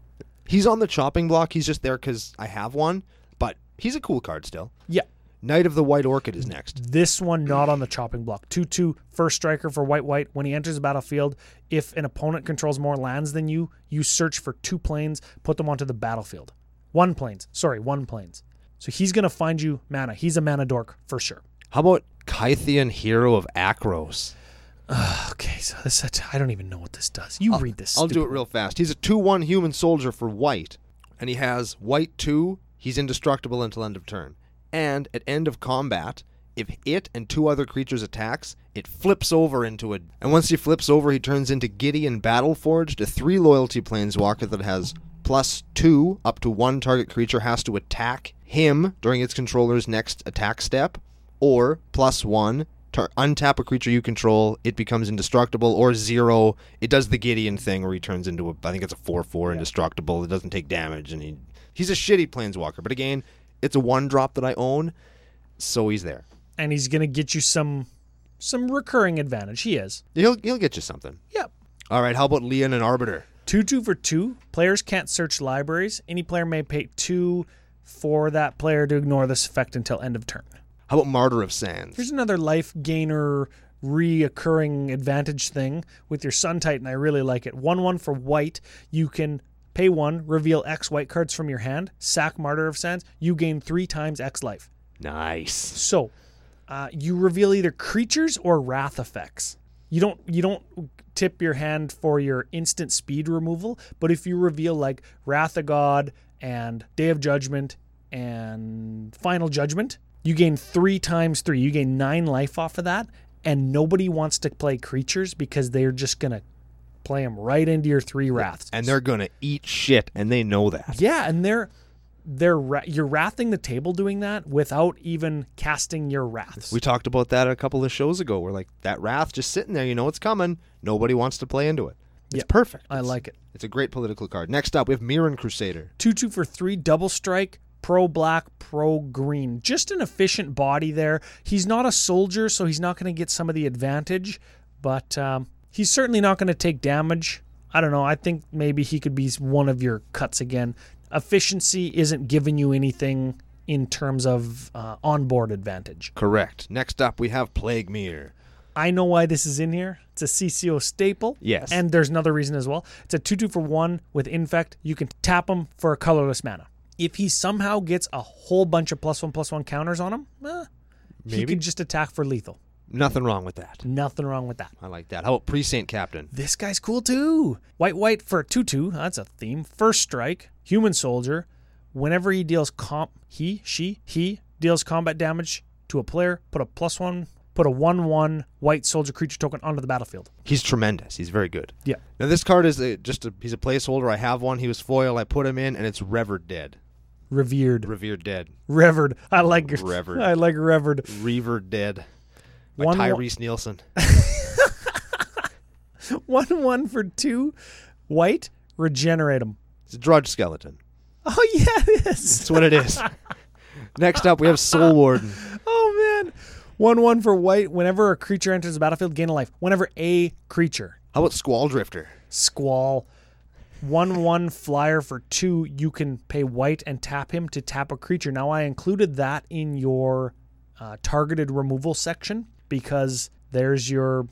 Speaker 1: He's on the chopping block. He's just there because I have one, but he's a cool card still.
Speaker 2: Yeah.
Speaker 1: Knight of the White Orchid is next.
Speaker 2: This one not on the chopping block. 2 2, first striker for white white. When he enters the battlefield, if an opponent controls more lands than you, you search for two planes, put them onto the battlefield. One planes, sorry, one planes. So he's going to find you mana. He's a mana dork for sure.
Speaker 1: How about Kythian Hero of Akros?
Speaker 2: Okay, so this I don't even know what this does. You read this.
Speaker 1: I'll do it real fast. He's a 2 1 human soldier for white, and he has white 2. He's indestructible until end of turn. And at end of combat, if it and two other creatures attacks, it flips over into a. And once he flips over, he turns into Gideon Battleforged, a three loyalty planeswalker that has plus two up to one target creature has to attack him during its controller's next attack step, or plus one. Tar- untap a creature you control, it becomes indestructible, or zero. It does the Gideon thing where he turns into a, I think it's a 4 4 indestructible. It doesn't take damage, and he he's a shitty planeswalker. But again, it's a one drop that I own, so he's there.
Speaker 2: and he's going to get you some some recurring advantage. He is.
Speaker 1: He'll he'll get you something.
Speaker 2: Yep.
Speaker 1: All right, how about Leon and Arbiter?
Speaker 2: Two two for two. Players can't search libraries. Any player may pay two for that player to ignore this effect until end of turn.
Speaker 1: How about Martyr of Sands?
Speaker 2: Here's another life gainer reoccurring advantage thing with your Sun Titan. I really like it. One one for white. You can pay one, reveal X white cards from your hand, sack Martyr of Sands. You gain three times X life.
Speaker 1: Nice.
Speaker 2: So, uh, you reveal either creatures or wrath effects. You don't you don't tip your hand for your instant speed removal, but if you reveal like Wrath of God and Day of Judgment and Final Judgment, you gain three times three. You gain nine life off of that, and nobody wants to play creatures because they're just gonna play them right into your three wraths.
Speaker 1: And they're gonna eat shit, and they know that.
Speaker 2: Yeah, and they're they're ra- you're wrathing the table doing that without even casting your wraths.
Speaker 1: We talked about that a couple of shows ago. We're like that wrath just sitting there. You know it's coming. Nobody wants to play into it. It's
Speaker 2: Yep.
Speaker 1: perfect.
Speaker 2: I like it.
Speaker 1: It's a great political card. Next up, we have Mirren Crusader.
Speaker 2: Two two for three, double strike, pro black, pro green. Just an efficient body there. He's not a soldier, so he's not going to get some of the advantage, but um, he's certainly not going to take damage. I don't know. I think maybe he could be one of your cuts again. Efficiency isn't giving you anything in terms of uh, onboard advantage.
Speaker 1: Correct. Next up, we have Plague Mirror.
Speaker 2: I know why this is in here. It's a CCO staple.
Speaker 1: Yes.
Speaker 2: And there's another reason as well. It's a 2 2 for 1 with Infect. You can tap him for a colorless mana. If he somehow gets a whole bunch of plus 1 plus 1 counters on him, eh, he
Speaker 1: Maybe.
Speaker 2: could just attack for lethal.
Speaker 1: Nothing wrong with that.
Speaker 2: Nothing wrong with that.
Speaker 1: I like that. How about Pre Saint Captain?
Speaker 2: This guy's cool too. White, white for 2 2. That's a theme. First strike, human soldier. Whenever he deals comp, he, she, he deals combat damage to a player, put a plus 1, put a 1 1 white soldier creature token onto the battlefield.
Speaker 1: He's tremendous. He's very good.
Speaker 2: Yeah.
Speaker 1: Now this card is a, just a, he's a placeholder. I have one. He was foil. I put him in, and it's Revered Dead.
Speaker 2: revered,
Speaker 1: Revered Dead.
Speaker 2: revered. I like
Speaker 1: Revered.
Speaker 2: I like revered.
Speaker 1: Revered Dead. By
Speaker 2: One-
Speaker 1: Tyrese Nielsen.
Speaker 2: One one for two, white regenerate him.
Speaker 1: It's a Drudge Skeleton.
Speaker 2: Oh yeah, it is.
Speaker 1: That's what it is. Next up, we have Soul Warden.
Speaker 2: Oh man, one one for white. Whenever a creature enters the battlefield, gain a life. Whenever a creature
Speaker 1: How about Squall Drifter?
Speaker 2: squall. One one flyer for two. You can pay white and tap him to tap a creature. Now I included that in your uh, targeted removal section because there's your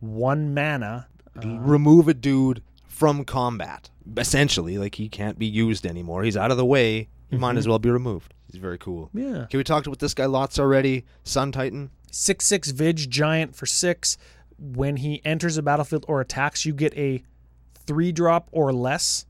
Speaker 2: one mana
Speaker 1: Remove a dude from combat. Essentially, like he can't be used anymore. He's out of the way. He might as well be removed. Mm-hmm. He's very cool.
Speaker 2: Yeah.
Speaker 1: Okay, we talked about this guy lots already. Sun Titan.
Speaker 2: six six Vig giant for six. When he enters a battlefield or attacks, you get a three drop or less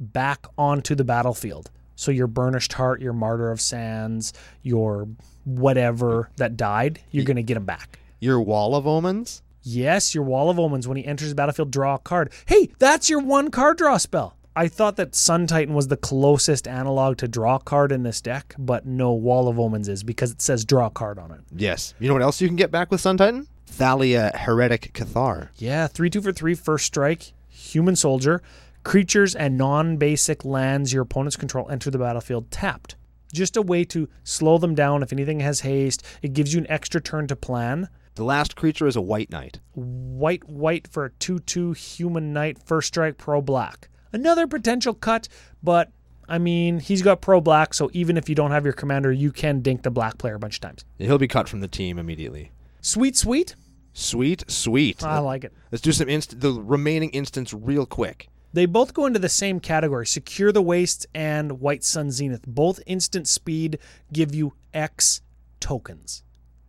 Speaker 2: back onto the battlefield. So your burnished heart, your martyr of sands, your whatever that died, you're gonna get him back.
Speaker 1: Your Wall of Omens.
Speaker 2: Yes, your wall of omens. When he enters the battlefield, draw a card. Hey, that's your one card draw spell. I thought that Sun Titan was the closest analog to draw card in this deck, but no, Wall of Omens is because it says draw card on it.
Speaker 1: Yes. You know what else you can get back with Sun Titan? Thalia Heretic Cathar.
Speaker 2: Yeah, three two for three, first strike, human soldier, creatures and non-basic lands your opponents control enter the battlefield tapped. Just a way to slow them down. If anything has haste, it gives you an extra turn to plan.
Speaker 1: The last creature is a White Knight.
Speaker 2: White white for a two two human knight, first strike pro black. Another potential cut, but I mean he's got pro black, so even if you don't have your commander, you can dink the black player a bunch of times.
Speaker 1: He'll be cut from the team immediately.
Speaker 2: Sweet sweet,
Speaker 1: Sweet, sweet.
Speaker 2: I like it.
Speaker 1: Let's do some inst- the remaining instants real quick.
Speaker 2: They both go into the same category Secure the Wastes and White Sun Zenith. Both instant speed give you X tokens.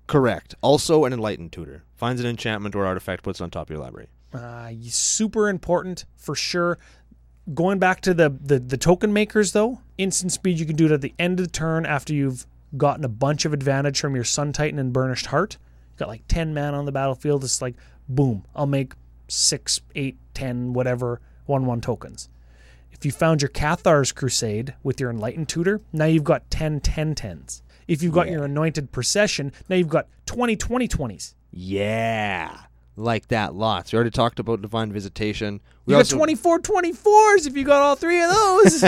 Speaker 1: Correct. Also, an enlightened tutor finds an enchantment or artifact, puts it on top of your library.
Speaker 2: Uh, super important for sure. Going back to the, the, the token makers, though, instant speed you can do it at the end of the turn after you've gotten a bunch of advantage from your Sun Titan and Burnished Heart. You got like 10 man on the battlefield. It's like, boom, I'll make six, eight, 10, whatever, 1 1 tokens. If you found your Cathar's Crusade with your Enlightened Tutor, now you've got 10 10 10s. If you've got
Speaker 1: Yeah.
Speaker 2: your Anointed Procession, now you've got 20 20 20s.
Speaker 1: Yeah. Like that lots. We already talked about divine visitation. We
Speaker 2: You got
Speaker 1: also-
Speaker 2: 24 24s if you got all three of those.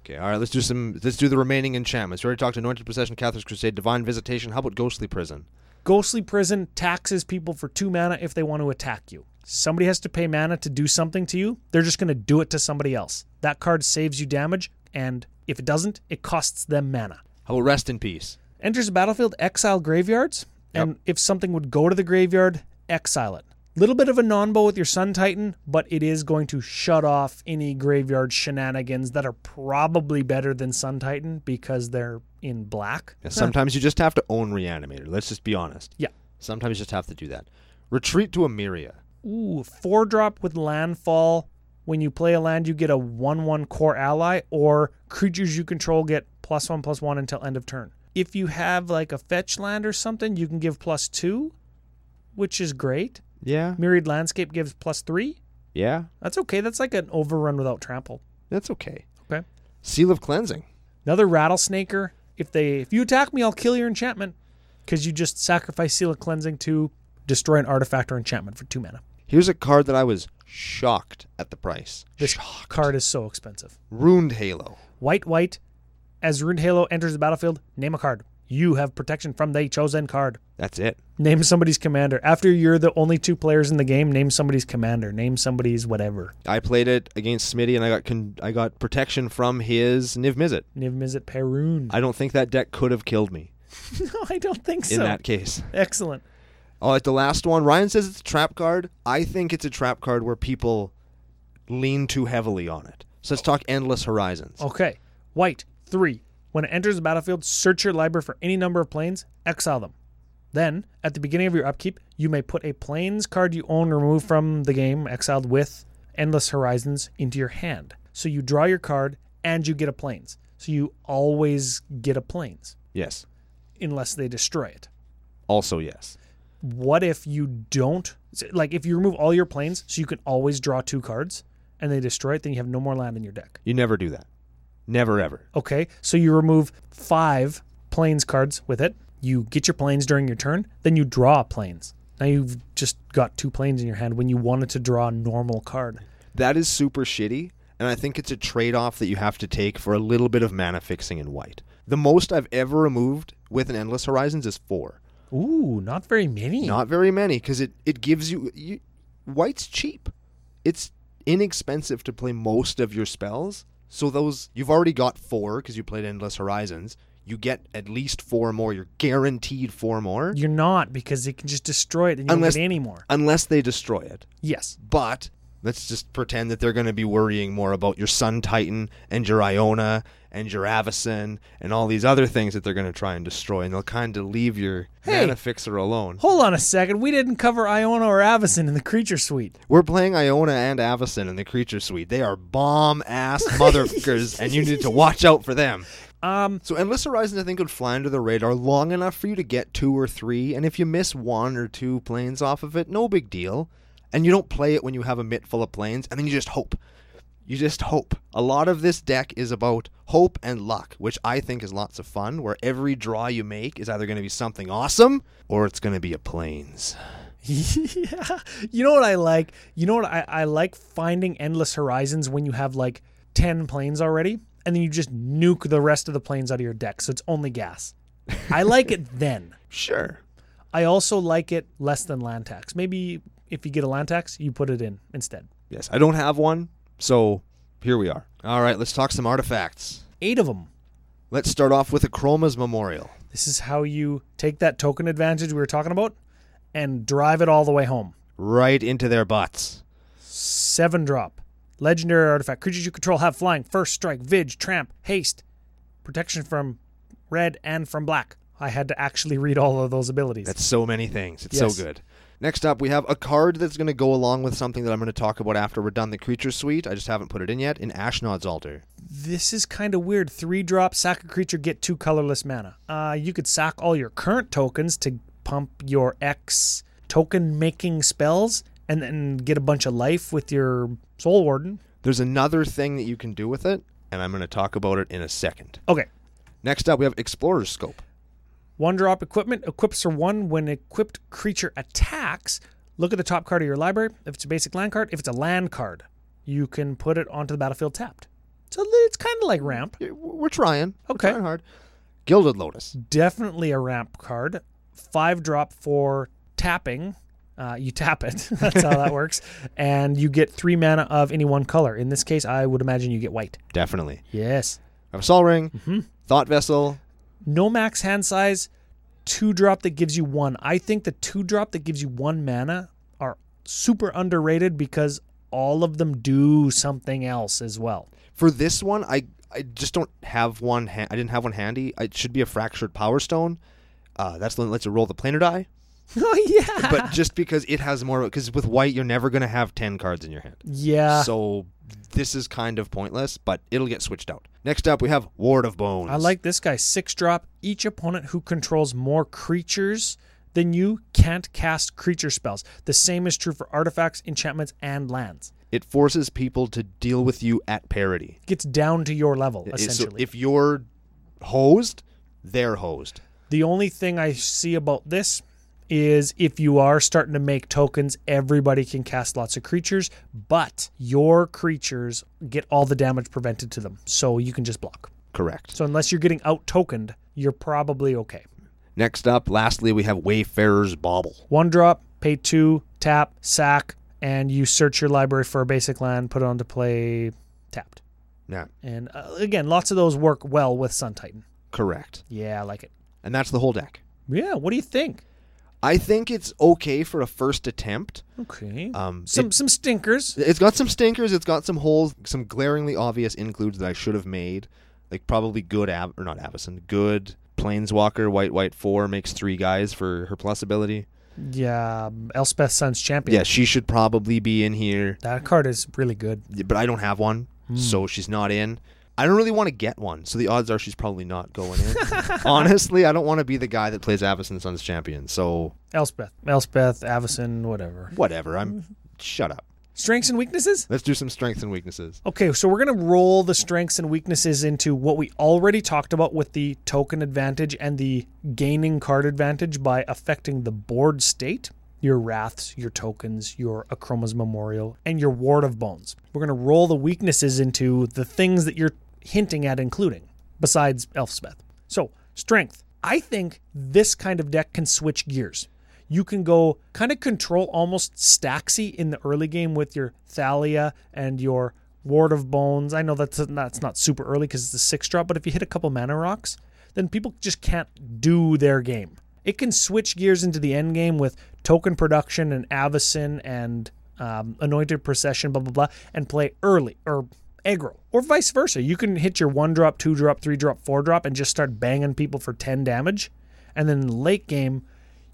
Speaker 1: Okay, all right. Let's do some. Let's do the remaining enchantments. We already talked anointed possession, Catherine's crusade, divine visitation. How about ghostly prison?
Speaker 2: Ghostly Prison taxes people for two mana if they want to attack you. Somebody has to pay mana to do something to you. They're just going to do it to somebody else. That card saves you damage, and if it doesn't, it costs them mana.
Speaker 1: How about rest in peace?
Speaker 2: Enters the battlefield, exile graveyards, and if something would go to the graveyard, exile it. Little bit of a non-bow with your Sun Titan, but it is going to shut off any graveyard shenanigans that are probably better than Sun Titan because they're in black.
Speaker 1: Yeah, sometimes you just have to own reanimator. Let's just be honest.
Speaker 2: Yeah.
Speaker 1: Sometimes you just have to do that. Retreat to Emiria.
Speaker 2: Ooh, four drop with landfall. When you play a land, you get a one one core ally, or creatures you control get plus one plus one until end of turn. If you have like a fetch land or something, you can give plus two, which is great.
Speaker 1: Yeah.
Speaker 2: Myriad Landscape gives plus three.
Speaker 1: Yeah.
Speaker 2: That's okay. That's like an overrun without trample.
Speaker 1: That's okay.
Speaker 2: Okay.
Speaker 1: Seal of cleansing.
Speaker 2: Another rattlesnaker. If they if you attack me, I'll kill your enchantment because you just sacrifice seal of cleansing to destroy an artifact or enchantment for two mana.
Speaker 1: Here's a card that I was shocked at the price.
Speaker 2: This card is so expensive.
Speaker 1: Ruined Halo.
Speaker 2: White, white. As Ruined Halo enters the battlefield, name a card. You have protection from the chosen card.
Speaker 1: That's it.
Speaker 2: Name somebody's commander. After you're the only two players in the game, name somebody's commander. Name somebody's whatever.
Speaker 1: I played it against Smitty, and I got con- I got protection from his Niv Mizzet.
Speaker 2: Niv Mizzet Perun.
Speaker 1: I don't think that deck could have killed me
Speaker 2: no, I don't think
Speaker 1: in
Speaker 2: so.
Speaker 1: that case.
Speaker 2: Excellent.
Speaker 1: All right, the last one. Ryan says it's a trap card. I think it's a trap card where people lean too heavily on it. So let's talk Endless Horizons.
Speaker 2: Okay. White, three. When it enters the battlefield, search your library for any number of planes, exile them. Then, at the beginning of your upkeep, you may put a planes card you own removed from the game, exiled with Endless Horizons, into your hand. So you draw your card and you get a planes. So you always get a planes,
Speaker 1: Yes.
Speaker 2: unless they destroy it.
Speaker 1: Also, yes.
Speaker 2: What if you don't? Like, if you remove all your planes, so you can always draw two cards and they destroy it, then you have no more land in your deck.
Speaker 1: You never do that. Never, ever.
Speaker 2: Okay, so you remove five planes cards with it. You get your planes during your turn, then you draw planes. Now you've just got two planes in your hand when you wanted to draw a normal card.
Speaker 1: That is super shitty, and I think it's a trade off that you have to take for a little bit of mana fixing in white. The most I've ever removed with an Endless Horizons is four.
Speaker 2: Ooh, not very many.
Speaker 1: Not very many, because it, it gives you, you. White's cheap. It's inexpensive to play most of your spells. So those. You've already got four because you played Endless Horizons. You get at least four more. You're guaranteed four more.
Speaker 2: You're not because it can just destroy it and you
Speaker 1: Unless-
Speaker 2: don't get any more.
Speaker 1: Unless they destroy it.
Speaker 2: Yes.
Speaker 1: but let's just pretend that they're going to be worrying more about your Sun Titan and your Iona and your Avacyn and all these other things that they're going to try and destroy, and they'll kind of leave your
Speaker 2: Hey.
Speaker 1: mana fixer alone.
Speaker 2: Hold on a second. We didn't cover Iona or Avison in the creature suite.
Speaker 1: We're playing Iona and Avacyn in the creature suite. They are bomb ass motherfuckers, and you need to watch out for them.
Speaker 2: Um,
Speaker 1: So Endless Horizons, I think, would fly under the radar long enough for you to get two or three, and if you miss one or two planes off of it, no big deal. And you don't play it when you have a mitt full of planes, and then you just hope. You just hope. A lot of this deck is about hope and luck, which I think is lots of fun, where every draw you make is either going to be something awesome or it's going to be a planes.
Speaker 2: yeah. You know what I like? You know what I, I like finding endless horizons when you have like 10 planes already and then you just nuke the rest of the planes out of your deck. So it's only gas. I like it then.
Speaker 1: Sure.
Speaker 2: I also like it less than land tax. Maybe if you get a land tax, you put it in instead.
Speaker 1: Yes, I don't have one, so here we are. All right, let's talk some artifacts.
Speaker 2: Eight of them.
Speaker 1: Let's start off with a Chroma's Memorial.
Speaker 2: This is how you take that token advantage we were talking about and drive it all the way home.
Speaker 1: Right into their butts.
Speaker 2: Seven drop. Legendary artifact. Creatures you control have flying, first strike, vidge, tramp, haste, protection from red and from black. I had to actually read all of those abilities.
Speaker 1: That's so many things. It's
Speaker 2: Yes.
Speaker 1: so good. Next up, we have a card that's going to go along with something that I'm going to talk about after we're done the creature suite. I just haven't put it in yet. In Ashnod's Altar.
Speaker 2: This is kind of weird. Three drop, sack a creature, get two colorless mana. Uh, you could sack all your current tokens to pump your X token making spells and then get a bunch of life with your Soul Warden.
Speaker 1: There's another thing that you can do with it, and I'm going to talk about it in a second.
Speaker 2: Okay,
Speaker 1: Next up, we have Explorer's Scope.
Speaker 2: One drop equipment equips for one when equipped creature attacks. Look at the top card of your library. If it's a basic land card, if it's a land card, you can put it onto the battlefield tapped. So it's kind of like ramp.
Speaker 1: Yeah, w- We're trying. We're
Speaker 2: Okay.
Speaker 1: trying hard. Gilded Lotus.
Speaker 2: Definitely a ramp card. Five drop for tapping. Uh, you tap it. That's how that works. And you get three mana of any one color. In this case, I would imagine you get white.
Speaker 1: Definitely.
Speaker 2: Yes.
Speaker 1: I have a Sol Ring. Thought Vessel.
Speaker 2: no max hand size, two drop that gives you one. I think the two drop that gives you one mana are super underrated because all of them do something else as well.
Speaker 1: For this one, I I just don't have one. Ha- I didn't have one handy. It should be a Fractured Power Stone. Uh, that's the one that lets you roll the planar die.
Speaker 2: oh yeah.
Speaker 1: But just because it has more, because with white you're never gonna have ten cards in your hand.
Speaker 2: yeah.
Speaker 1: so this is kind of pointless, but it'll get switched out. Next up, we have Ward of Bones.
Speaker 2: I like this guy. Six drop. Each opponent who controls more creatures than you can't cast creature spells. The same is true for artifacts, enchantments, and lands.
Speaker 1: it forces people to deal with you at parity.
Speaker 2: Gets down to your level,
Speaker 1: It- so
Speaker 2: essentially.
Speaker 1: if you're hosed, they're hosed.
Speaker 2: The only thing I see about this is if you are starting to make tokens, everybody can cast lots of creatures, but your creatures get all the damage prevented to them. So you can just block.
Speaker 1: Correct.
Speaker 2: So unless you're getting out tokened, you're probably okay.
Speaker 1: Next up, lastly, we have Wayfarer's Bauble.
Speaker 2: One drop, pay two, tap, sack, and you search your library for a basic land, put it onto play tapped.
Speaker 1: Yeah,
Speaker 2: And uh, again, lots of those work well with Sun Titan.
Speaker 1: correct.
Speaker 2: Yeah, I like it.
Speaker 1: And that's the whole deck.
Speaker 2: Yeah, what do you think?
Speaker 1: I think it's okay for a first attempt.
Speaker 2: Okay.
Speaker 1: Um,
Speaker 2: some some stinkers.
Speaker 1: It's got some stinkers. It's got some holes. Some glaringly obvious includes that I should have made, like probably good Av- or not Avison, good Planeswalker white white four makes three guys for her plus ability.
Speaker 2: Yeah, um, Elspeth Sun's champion.
Speaker 1: Yeah, she should probably be in here,
Speaker 2: That card is really good.
Speaker 1: y- but I don't have one, so she's not in. I don't really want to get one, so the odds are she's probably not going in. Honestly, I don't want to be the guy that plays Avison Sun's champion. So
Speaker 2: Elspeth. Elspeth, Avison, whatever.
Speaker 1: whatever. I'm shut up.
Speaker 2: Strengths and weaknesses?
Speaker 1: Let's do some strengths and weaknesses.
Speaker 2: Okay, so we're going to roll the strengths and weaknesses into what we already talked about with the token advantage and the gaining card advantage by affecting the board state, your wraths, your tokens, your Achroma's Memorial, and your Ward of Bones. We're going to roll the weaknesses into the things that you're hinting at including, besides Elspeth. So, strength. I think this kind of deck can switch gears. you can go kind of control almost Staxy in the early game with your Thalia and your Ward of Bones. I know that's that's not super early because it's a six drop, but if you hit a couple mana rocks, then people just can't do their game. It can switch gears into the end game with token production and Avacyn and um, Anointed Procession, blah blah blah, and play early or aggro or vice versa. You can hit your one drop, two drop, three drop, four drop, and just start banging people for ten damage, and then late game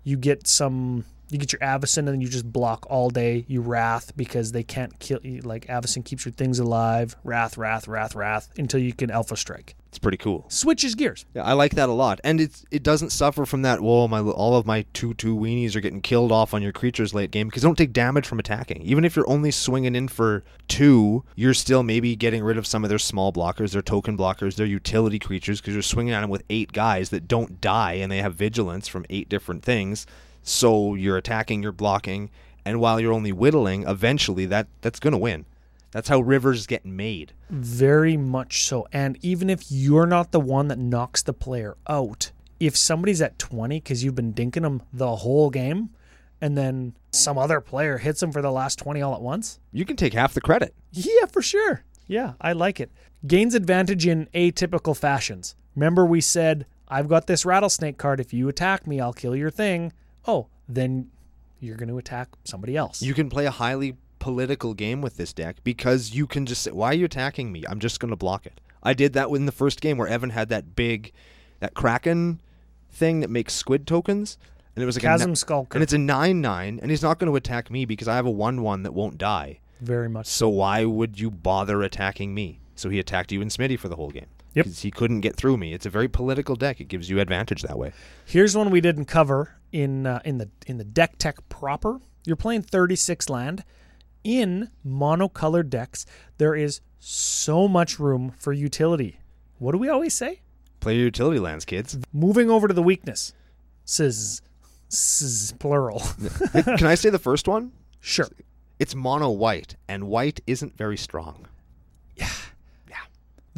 Speaker 2: you get some you get your avison and then you just block all day you wrath because they can't kill you like avison keeps your things alive wrath wrath wrath wrath until you can alpha strike
Speaker 1: It's pretty cool.
Speaker 2: switches gears
Speaker 1: Yeah, I like that a lot, and it's it doesn't suffer from that. Whoa, my all of my two two weenies are getting killed off on your creatures late game because they don't take damage from attacking. Even if you're only swinging in for two, you're still maybe getting rid of some of their small blockers, their token blockers, their utility creatures because you're swinging at them with eight guys that don't die and they have vigilance from eight different things. So you're attacking, you're blocking, and while you're only whittling, eventually that that's gonna win. That's how rivers get made.
Speaker 2: very much so and even if you're not the one that knocks the player out if somebody's at 20 because you've been dinking them the whole game and then some other player hits them for the last 20 all at once
Speaker 1: You can take half the credit.
Speaker 2: Yeah, for sure. Yeah, I like it. Gains advantage in atypical fashions. Remember, we said, I've got this rattlesnake card. If you attack me, I'll kill your thing. Oh, then you're going to attack somebody else.
Speaker 1: You can play a highly political game with this deck because you can just say, "Why are you attacking me? I'm just going to block it." I did that in the first game where Evan had that big, that Kraken thing that makes squid tokens, and it was like a
Speaker 2: Chasm
Speaker 1: ni-
Speaker 2: Skulker.
Speaker 1: and it's a nine nine, and he's not going to attack me because I have a one one that won't die.
Speaker 2: very much.
Speaker 1: So why would you bother attacking me? So he attacked you and Smitty for the whole game.
Speaker 2: Yep.
Speaker 1: Because he couldn't get through me. It's a very political deck. It gives you advantage that way.
Speaker 2: Here's one we didn't cover in uh, in the in the deck tech proper. You're playing 36 land in monocolored decks. There is so much room for utility. What do we always say?
Speaker 1: Play your utility lands, kids.
Speaker 2: Moving over to the weakness. Sizz. Sizz plural.
Speaker 1: Can I say the first one?
Speaker 2: sure.
Speaker 1: It's mono white, and white isn't very strong.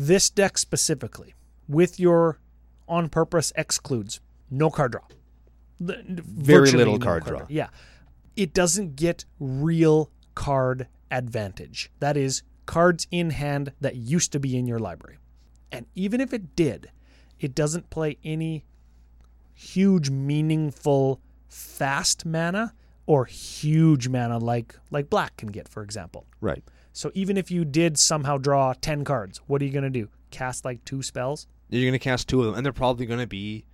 Speaker 2: This deck specifically with your on purpose excludes no card draw. The- virtually
Speaker 1: little
Speaker 2: no
Speaker 1: card draw.
Speaker 2: Yeah. It doesn't get real card advantage. That is, cards in hand that used to be in your library. And even if it did, it doesn't play any huge, meaningful, fast mana or huge mana like like black can get, for example.
Speaker 1: Right.
Speaker 2: So even if you did somehow draw 10 cards, what are you going to do? Cast like two spells?
Speaker 1: You're going to cast two of them, and they're probably going to be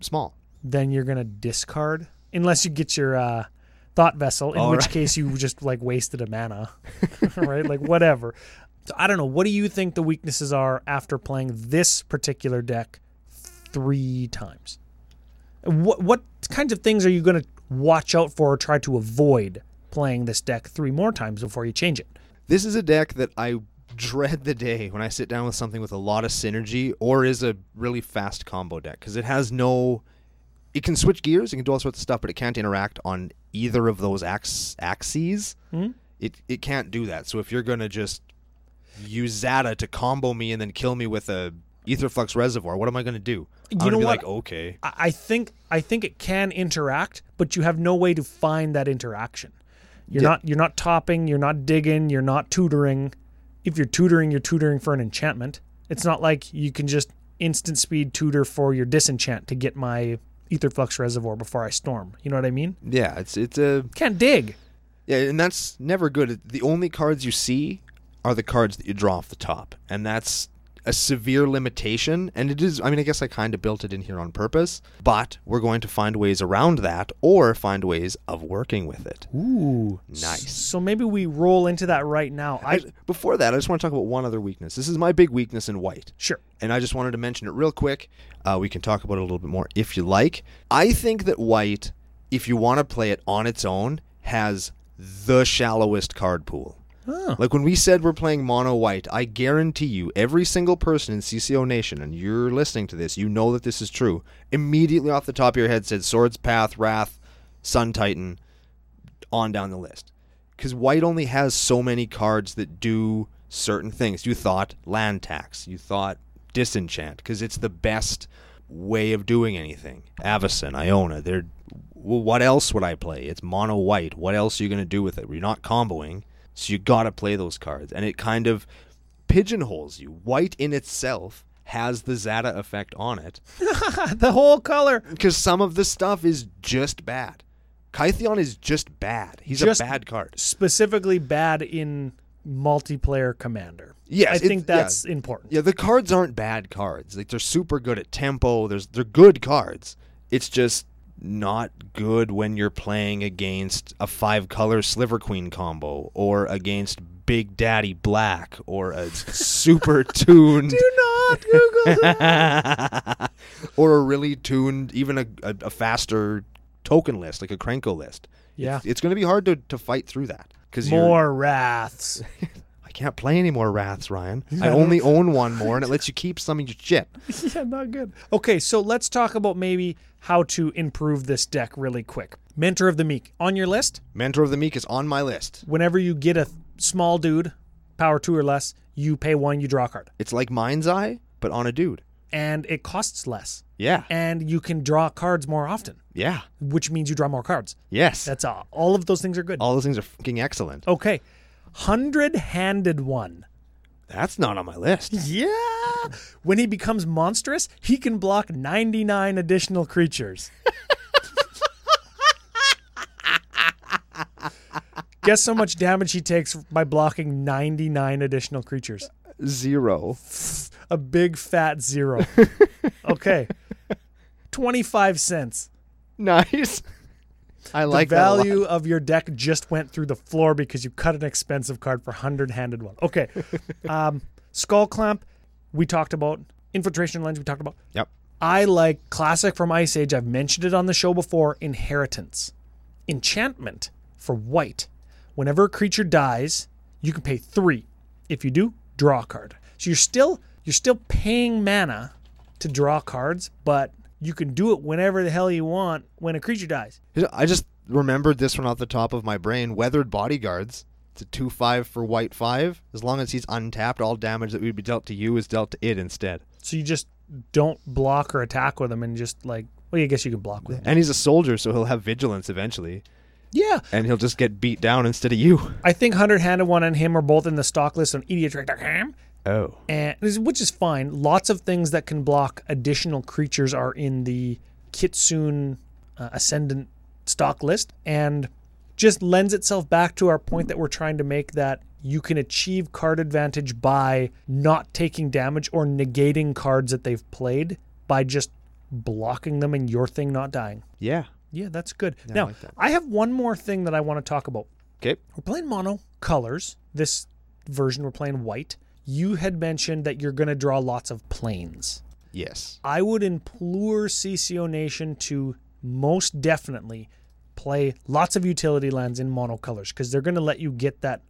Speaker 1: small.
Speaker 2: Then you're going to discard unless you get your uh, thought vessel, in
Speaker 1: All
Speaker 2: which
Speaker 1: right.
Speaker 2: case you just like wasted a mana, right? Like whatever. So I don't know. What do you think the weaknesses are after playing this particular deck three times? What what kinds of things are you going to watch out for or try to avoid playing this deck three more times before you change it?
Speaker 1: This is a deck that I dread the day when I sit down with something with a lot of synergy or is a really fast combo deck because it has no. It can switch gears, it can do all sorts of stuff, but it can't interact on either of those ax- axes.
Speaker 2: Hmm?
Speaker 1: It it can't do that. So if you're gonna just use Zata to combo me and then kill me with a Etherflux Reservoir, what am I gonna do? I'm
Speaker 2: You
Speaker 1: gonna
Speaker 2: know
Speaker 1: be
Speaker 2: what?
Speaker 1: like, okay,
Speaker 2: I I think I think it can interact, but you have no way to find that interaction. You're
Speaker 1: Yeah.
Speaker 2: not you're not topping, you're not digging, you're not tutoring. If you're tutoring, you're tutoring for an enchantment. It's not like you can just instant speed tutor for your disenchant to get my etherflux reservoir before I storm. You know what I mean?
Speaker 1: yeah, it's it's a
Speaker 2: Can't dig.
Speaker 1: Yeah, and that's never good. The only cards you see are the cards that you draw off the top, and that's a severe limitation. And it is, I mean, I guess I kind of built it in here on purpose, but we're going to find ways around that or find ways of working with it.
Speaker 2: Ooh,
Speaker 1: Nice.
Speaker 2: So maybe we roll into that right now. I
Speaker 1: I- before that, I just want to talk about one other weakness. This is my big weakness in white.
Speaker 2: sure.
Speaker 1: and I just wanted to mention it real quick. Uh, we can talk about it a little bit more if you like. I think that white, if you want to play it on its own, has the shallowest card pool. Like when we said we're playing mono white, I guarantee you, every single person in CCO Nation, and you're listening to this, you know that this is true. Immediately off the top of your head said Swords Path, Wrath, Sun Titan, on down the list. Because white only has so many cards that do certain things. You thought land tax, you thought disenchant, because it's the best way of doing anything. Avacyn, Iona, they're. Well, what else would I play? It's mono white. What else are you going to do with it? You're not comboing, so you got to play those cards. And it kind of pigeonholes you. White in itself has the Zata effect on it
Speaker 2: the whole color.
Speaker 1: because some of the stuff is just bad. Kytheon is just bad. He's
Speaker 2: Just-
Speaker 1: a bad card.
Speaker 2: Specifically bad in multiplayer commander.
Speaker 1: Yes,
Speaker 2: I
Speaker 1: it-
Speaker 2: think
Speaker 1: yeah.
Speaker 2: that's important.
Speaker 1: Yeah, the cards aren't bad cards. Like they're super good at tempo. There's they're good cards. It's just not good when you're playing against a five color Sliver Queen combo or against Big Daddy Black or a super tuned
Speaker 2: Do not Google that.
Speaker 1: or a really tuned even a, a, a faster token list like a Krenko list.
Speaker 2: Yeah.
Speaker 1: It's, going to be hard to, to fight through that because
Speaker 2: More wraths.
Speaker 1: I can't play any more Wraths, Ryan. I only own one more, and it lets you keep some of your shit.
Speaker 2: yeah, not good. Okay, so let's talk about maybe how to improve this deck really quick. Mentor of the Meek on your list.
Speaker 1: Mentor of the Meek is on my list.
Speaker 2: Whenever you get a small dude, power two or less, you pay one, you draw a card,
Speaker 1: It's like Mind's Eye, but on a dude.
Speaker 2: and it costs less,
Speaker 1: Yeah.
Speaker 2: and you can draw cards more often,
Speaker 1: Yeah.
Speaker 2: which means you draw more cards.
Speaker 1: Yes.
Speaker 2: That's all. All of those things are good.
Speaker 1: All those things are fucking excellent.
Speaker 2: Okay, hundred-handed one.
Speaker 1: That's not on my list.
Speaker 2: Yeah. When he becomes monstrous, he can block 99 additional creatures. Guess how much damage he takes by blocking 99 additional creatures?
Speaker 1: Zero.
Speaker 2: A big fat zero. Okay. 25 cents.
Speaker 1: Nice. I like
Speaker 2: the
Speaker 1: that a lot.
Speaker 2: value of your deck just went through the floor because you cut an expensive card for hundred handed one. Okay, um, skull clamp. We talked about infiltration lens. We talked about.
Speaker 1: Yep.
Speaker 2: I like classic from Ice Age. I've mentioned it on the show before. Inheritance, enchantment for white. Whenever a creature dies, you can pay three. If you do, draw a card. So you're still you're still paying mana to draw cards, but you can do it whenever the hell you want when a creature dies.
Speaker 1: You know, I just remembered this one off the top of my brain. Weathered bodyguards. It's a two five for white five. As long as he's untapped, all damage that would be dealt to you is dealt to it instead.
Speaker 2: So you just don't block or attack with them and just like, well, I guess you can block with them.
Speaker 1: And he's a soldier, so he'll have vigilance eventually,
Speaker 2: Yeah.
Speaker 1: and he'll just get beat down instead of you.
Speaker 2: I think Hunter Handed One and him are both in the stock list on idiot.com.
Speaker 1: Oh,
Speaker 2: And which is fine. Lots of things that can block additional creatures are in the Kitsune uh, Ascendant stock list and just lends itself back to our point that we're trying to make that you can achieve card advantage by not taking damage or negating cards that they've played by just blocking them and your thing not dying.
Speaker 1: yeah.
Speaker 2: Yeah, that's good.
Speaker 1: I
Speaker 2: now,
Speaker 1: like that.
Speaker 2: I have one more thing that I want to talk about.
Speaker 1: Okay.
Speaker 2: We're playing mono colors. This version, we're playing white. You had mentioned that you're going to draw lots of planes.
Speaker 1: Yes.
Speaker 2: I would implore CCO Nation to most definitely play lots of utility lands in mono colors because they're going to let you get that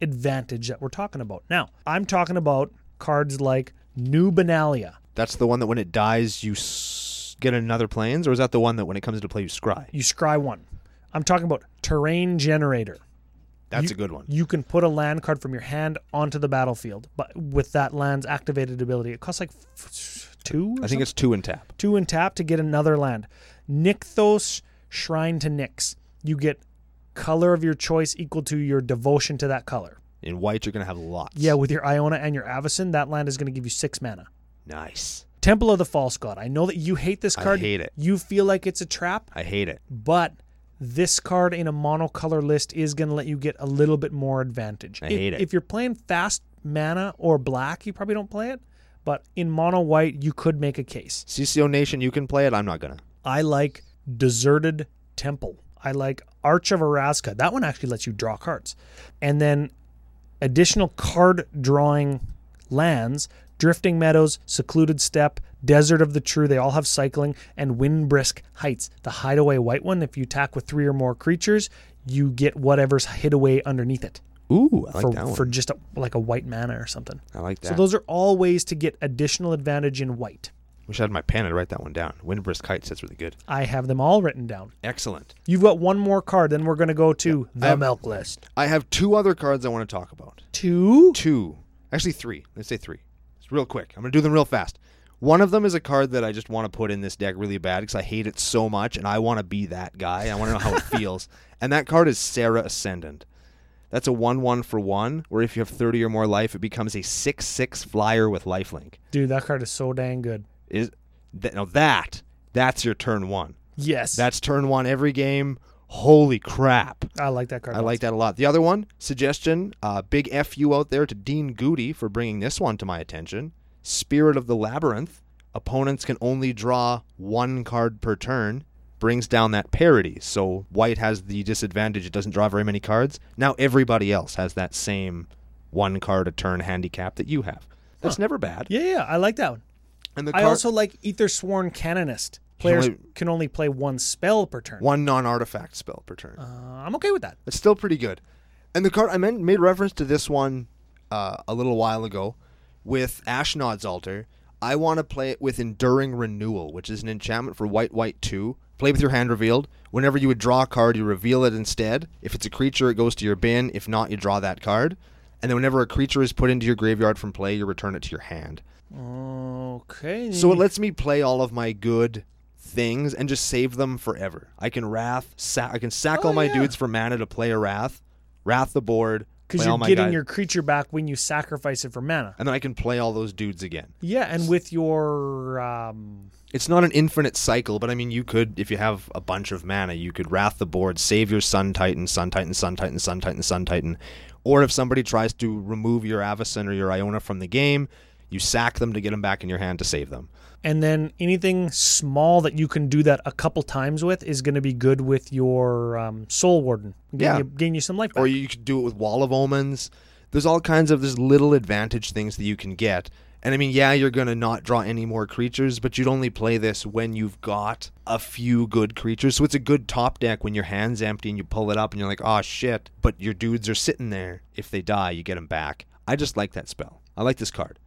Speaker 2: advantage that we're talking about. Now, I'm talking about cards like New Benalia.
Speaker 1: That's the one that when it dies, you s- get another planes, or is that the one that when it comes into play, you scry?
Speaker 2: You scry one. I'm talking about Terrain Generator.
Speaker 1: That's
Speaker 2: You-
Speaker 1: a good one.
Speaker 2: You can put a land card from your hand onto the battlefield, but with that land's activated ability, it costs like f- two.
Speaker 1: I
Speaker 2: Or
Speaker 1: think
Speaker 2: something?
Speaker 1: it's two and tap.
Speaker 2: two and tap to get another land. Nykthos Shrine to Nyx. You get color of your choice equal to your devotion to that color.
Speaker 1: In white, you're gonna have lots.
Speaker 2: Yeah, with your Iona and your Avacyn, that land is going to give you six mana.
Speaker 1: Nice.
Speaker 2: Temple of the False God. I know that you hate this
Speaker 1: I
Speaker 2: card.
Speaker 1: hate it.
Speaker 2: You feel like it's a trap,
Speaker 1: I hate it.
Speaker 2: but this card in a monocolor list is going to let you get a little bit more advantage.
Speaker 1: I
Speaker 2: if,
Speaker 1: hate it.
Speaker 2: If you're playing fast mana or black, you probably don't play it, but in mono white, you could make a case.
Speaker 1: CCO Nation, you can play it. I'm not gonna.
Speaker 2: I like Deserted Temple. I like Arch of Araska. That one actually lets you draw cards. And then additional card drawing lands Drifting Meadows, Secluded Step, Desert of the True. They all have cycling. And Windbrisk Heights, the hideaway white one. If you attack with three or more creatures, you get whatever's hid away underneath it
Speaker 1: Ooh, I like
Speaker 2: for,
Speaker 1: that one.
Speaker 2: for just a, like a white mana or something.
Speaker 1: I like that.
Speaker 2: So those are all ways to get additional advantage in white.
Speaker 1: Wish I had my pen and write that one down. Windbrisk Heights. That's really good.
Speaker 2: I have them all written down.
Speaker 1: Excellent.
Speaker 2: You've got one more card, then we're going to go to the
Speaker 1: Um,
Speaker 2: milk list.
Speaker 1: I have two other cards I want to talk about.
Speaker 2: Two.
Speaker 1: Two, actually three. Let's say three. It's real quick. I'm gonna do them real fast. One of them is a card that I just want to put in this deck really bad because I hate it so much, and I want to be that guy. I want to know how it feels. And that card is Sarah Ascendant. That's a one-one for one, where if you have 30 or more life, it becomes a six-six flyer with lifelink.
Speaker 2: Dude, that card is so dang good.
Speaker 1: Is that now that that's your turn one.
Speaker 2: Yes.
Speaker 1: That's turn one every game. Holy crap.
Speaker 2: I like that card.
Speaker 1: I like that a lot. The other one, suggestion, uh, big FU out there to Dean Goody for bringing this one to my attention. Spirit of the Labyrinth. Opponents can only draw one card per turn. Brings down that parity. So white has the disadvantage, it doesn't draw very many cards. Now everybody else has that same one card a turn handicap that you have. That's never bad.
Speaker 2: Yeah, yeah, I like that one.
Speaker 1: And the
Speaker 2: I
Speaker 1: card,
Speaker 2: also like Ether Sworn Canonist. Players
Speaker 1: only-
Speaker 2: can only play one spell per turn.
Speaker 1: one non artifact spell per turn.
Speaker 2: Uh, I'm okay with that.
Speaker 1: It's still pretty good. And the card I meant, made reference to this one uh, a little while ago with Ashnod's Altar. I want to play it with Enduring Renewal, which is an enchantment for white, white two. Play with your hand revealed. Whenever you would draw a card, you reveal it instead. If it's a creature, it goes to your bin. If not, you draw that card. And then whenever a creature is put into your graveyard from play, you return it to your hand.
Speaker 2: Okay.
Speaker 1: So it lets me play all of my good things and just save them forever. I can wrath, sa- I can sack
Speaker 2: Oh,
Speaker 1: all my
Speaker 2: yeah.
Speaker 1: dudes for mana to play a wrath, wrath the board,
Speaker 2: Because
Speaker 1: play all
Speaker 2: you're
Speaker 1: my
Speaker 2: getting
Speaker 1: guys-
Speaker 2: your creature back when you sacrifice it for mana.
Speaker 1: and then I can play all those dudes again.
Speaker 2: Yeah, and with your. Um,
Speaker 1: It's not an infinite cycle, but I mean, you could if you have a bunch of mana, you could wrath the board, save your Sun Titan, Sun Titan, Sun Titan, Sun Titan, Sun Titan, or if somebody tries to remove your Avacyn or your Iona from the game. You sack them to get them back in your hand to save them.
Speaker 2: And then anything small that you can do that a couple times with is going to be good with your um, Soul Warden. Getting
Speaker 1: Yeah.
Speaker 2: You, getting you some life back.
Speaker 1: Or you could do it with Wall of Omens. There's all kinds of there's little advantage things that you can get. And I mean, yeah, you're gonna not draw any more creatures, but you'd only play this when you've got a few good creatures. So it's a good top deck when your hand's empty and you pull it up and you're like, oh shit. But your dudes are sitting there. If they die, you get them back. I just like that spell. I like this card.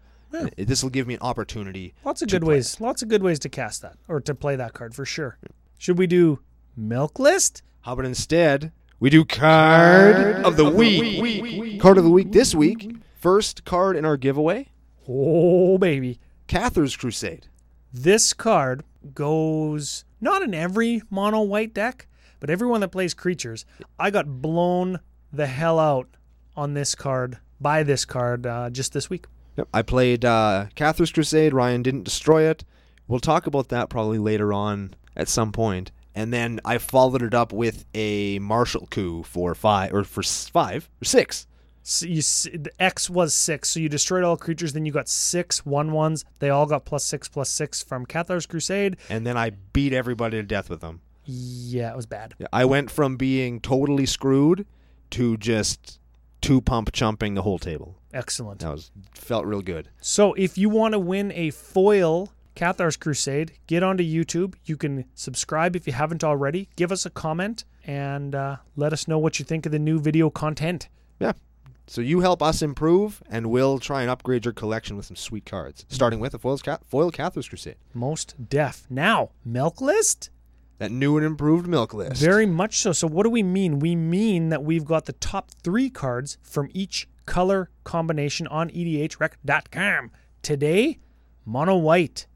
Speaker 1: This will give me an opportunity.
Speaker 2: lots of
Speaker 1: to
Speaker 2: good
Speaker 1: play
Speaker 2: ways. Lots of good ways to cast that or to play that card for sure. Should we do Milk List?
Speaker 1: How about instead we do card, of the week. Card of the week this week. First card in our giveaway,
Speaker 2: Oh baby.
Speaker 1: Cather's Crusade.
Speaker 2: This card goes not in every mono white deck, but everyone that plays creatures. I got blown the hell out on this card by this card uh, just this week.
Speaker 1: Yep. I played uh, Cather's Crusade. Ryan didn't destroy it. We'll talk about that probably later on at some point. And then I followed it up with a martial coup for five or for s- five or six.
Speaker 2: So you s- the X was six, so you destroyed all creatures. Then you got six one ones. They all got plus six plus six from Cathar's Crusade.
Speaker 1: And then I beat everybody to death with them.
Speaker 2: Yeah, it was bad.
Speaker 1: Yeah, I went from being totally screwed to just two pump chumping the whole table.
Speaker 2: Excellent.
Speaker 1: That was felt real good.
Speaker 2: So if you want to win a foil Cathar's Crusade, get onto YouTube. You can subscribe if you haven't already. Give us a comment and uh, let us know what you think of the new video content.
Speaker 1: Yeah. So you help us improve, and we'll try and upgrade your collection with some sweet cards, starting with the foil, Ca- foil Cathar's Crusade,
Speaker 2: Most deaf. Now, milk list?
Speaker 1: that new and improved milk list.
Speaker 2: Very much so. So what do we mean? We mean that we've got the top three cards from each color combination on E edhrec.com. Today, mono white.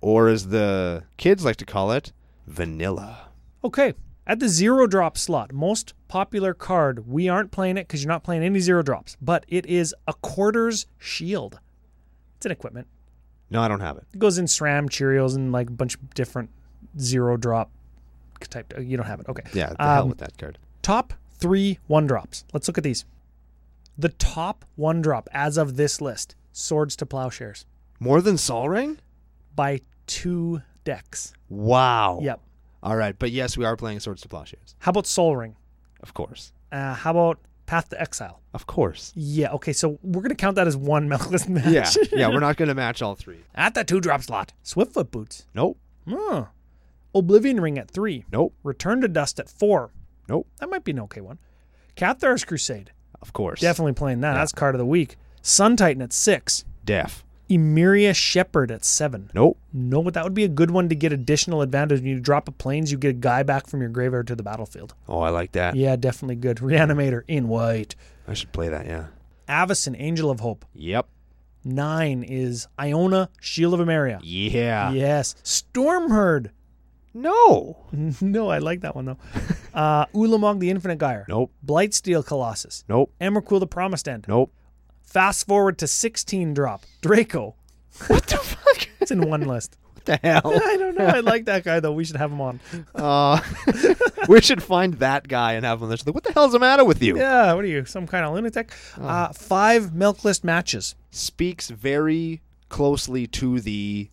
Speaker 1: or as the kids like to call it, vanilla.
Speaker 2: Okay. At the zero drop slot, most popular card, we aren't playing it because you're not playing any zero drops, but it is a quarter's shield. It's an equipment.
Speaker 1: No, I don't have it.
Speaker 2: It goes in SRAM, Cheerios, and like a bunch of different zero drop type. uh, You don't have it. Okay.
Speaker 1: Yeah, the
Speaker 2: Um,
Speaker 1: hell with that card.
Speaker 2: Top three one drops. Let's look at these. The top one drop as of this list Swords to Plowshares
Speaker 1: More than Sol Ring?
Speaker 2: by two decks.
Speaker 1: Wow.
Speaker 2: Yep.
Speaker 1: All right, but yes, we are playing Swords to Plowshares.
Speaker 2: How about Soul Ring?
Speaker 1: Of course.
Speaker 2: Uh, how about Path to Exile?
Speaker 1: Of course.
Speaker 2: Yeah, okay, so we're going to count that as one Melkless match.
Speaker 1: Yeah. yeah, we're not going to match all three.
Speaker 2: At the two drop slot. Swiftfoot Boots.
Speaker 1: Nope.
Speaker 2: Hmm. Oblivion Ring at three.
Speaker 1: Nope.
Speaker 2: Return to Dust at four.
Speaker 1: Nope.
Speaker 2: That might be an okay one. Cathar's Crusade.
Speaker 1: Of course.
Speaker 2: Definitely playing that. That's card of the week. Sun Titan at six.
Speaker 1: Deaf.
Speaker 2: Emiria Shepherd at seven.
Speaker 1: Nope.
Speaker 2: No, but that would be a good one to get additional advantage. When you drop a planes, you get a guy back from your graveyard to the battlefield.
Speaker 1: Oh, I like that.
Speaker 2: Yeah, definitely good. Reanimator in white.
Speaker 1: I should play that, yeah.
Speaker 2: Avison, Angel of Hope.
Speaker 1: Yep.
Speaker 2: Nine is Iona, Shield of Emeria.
Speaker 1: Yeah.
Speaker 2: Yes. Storm Herd.
Speaker 1: No.
Speaker 2: no, I like that one though. Uh, Ulamog the Infinite Gyre.
Speaker 1: Nope.
Speaker 2: Blightsteel Colossus.
Speaker 1: Nope.
Speaker 2: Emrakul the Promised End.
Speaker 1: Nope.
Speaker 2: Fast forward to 16 drop. Draco.
Speaker 1: What the fuck?
Speaker 2: It's in one list.
Speaker 1: What the hell?
Speaker 2: I don't know. I like that guy though. We should have him on.
Speaker 1: Uh, we should find that guy and have him listen. What the hell's the matter with you?
Speaker 2: Yeah, what are you? Some kind of lunatic?
Speaker 1: Oh.
Speaker 2: Uh, five milk list matches.
Speaker 1: speaks very closely to the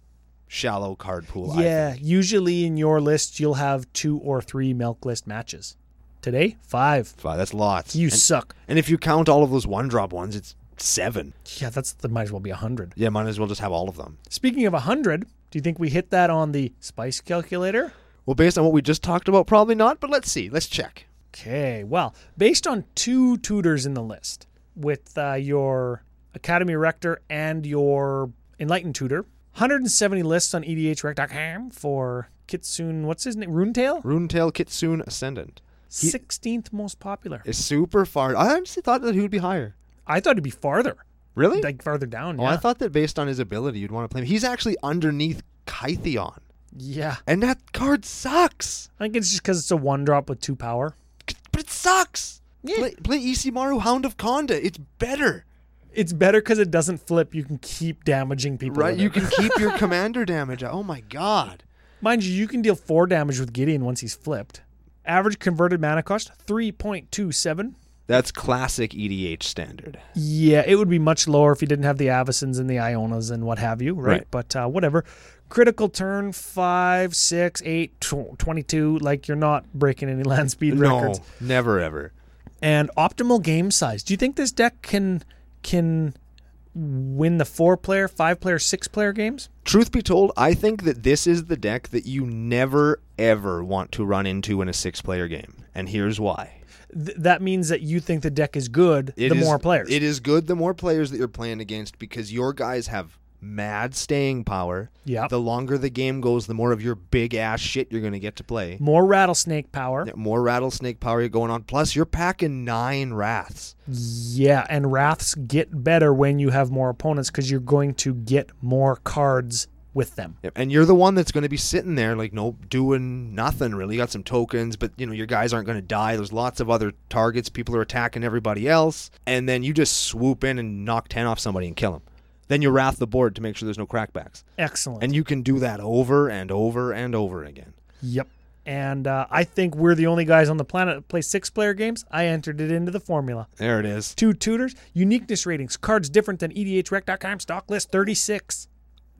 Speaker 1: shallow card pool. I think.
Speaker 2: yeah, usually in your list you'll have two or three milk list matches. Today, five.
Speaker 1: Wow, that's lots.
Speaker 2: You
Speaker 1: and,
Speaker 2: suck.
Speaker 1: and if you count all of those one drop ones, it's seven.
Speaker 2: Yeah, that's that might as well be a hundred.
Speaker 1: Yeah, might as well just have all of them.
Speaker 2: Speaking of 100, do you think we hit that on the spice calculator?
Speaker 1: Well, based on what we just talked about, probably not, but let's see. Let's check.
Speaker 2: Okay, well, based on two tutors in the list, with uh, your Academy Rector and your Enlightened Tutor, 170 lists on E edhrec.com for Kitsune, what's his name? Runetail?
Speaker 1: Runetail Kitsune Ascendant.
Speaker 2: 16th most popular.
Speaker 1: It's super far. I honestly thought that he would be higher.
Speaker 2: I thought it'd be farther,
Speaker 1: Really?
Speaker 2: like farther down.
Speaker 1: oh,
Speaker 2: yeah.
Speaker 1: I thought that based on his ability, you'd want to play him. He's actually underneath Kytheon,
Speaker 2: yeah.
Speaker 1: and that card sucks.
Speaker 2: I think it's just because it's a one drop with two power.
Speaker 1: But it sucks.
Speaker 2: Yeah.
Speaker 1: Play, play Isimaru Hound of Conda. It's better.
Speaker 2: It's better because it doesn't flip. You can keep damaging people.
Speaker 1: Right,
Speaker 2: with
Speaker 1: you
Speaker 2: it.
Speaker 1: can keep your commander damage. out. Oh my god.
Speaker 2: Mind you, you can deal four damage with Gideon once he's flipped. Average converted mana cost 3.27.
Speaker 1: That's classic EDH standard.
Speaker 2: Yeah, it would be much lower if you didn't have the Avicens and the Ionas and what have you, right?
Speaker 1: Right.
Speaker 2: But uh, whatever. Critical turn five, six, eight, tw- 22. Like you're not breaking any land speed records.
Speaker 1: No, never ever.
Speaker 2: And optimal game size. Do you think this deck can can win the four player, five player, six player games?
Speaker 1: Truth be told, I think that this is the deck that you never ever want to run into in a six-player game, and here's why.
Speaker 2: Th- that means that you think the deck is good
Speaker 1: It
Speaker 2: the
Speaker 1: is-
Speaker 2: more players.
Speaker 1: It is good the more players that you're playing against because your guys have mad staying power.
Speaker 2: Yep.
Speaker 1: The longer the game goes, the more of your big ass shit you're going to get to play.
Speaker 2: more rattlesnake power.
Speaker 1: Yeah, More rattlesnake power you're going on. Plus, you're packing nine wraths.
Speaker 2: Yeah, and wraths get better when you have more opponents because you're going to get more cards with them.
Speaker 1: Yep, And you're the one that's going to be sitting there, like, no, doing nothing really. You got some tokens, but, you know, your guys aren't going to die. There's lots of other targets. People are attacking everybody else. And then you just swoop in and knock 10 off somebody and kill them. Then you wrath the board to make sure there's no crackbacks.
Speaker 2: Excellent.
Speaker 1: And you can do that over and over and over again.
Speaker 2: yep. And uh, I think we're the only guys on the planet that play six player games. I entered it into the formula.
Speaker 1: There it is.
Speaker 2: Two tutors, uniqueness ratings, cards different than E EDHREC.com, stock list 36.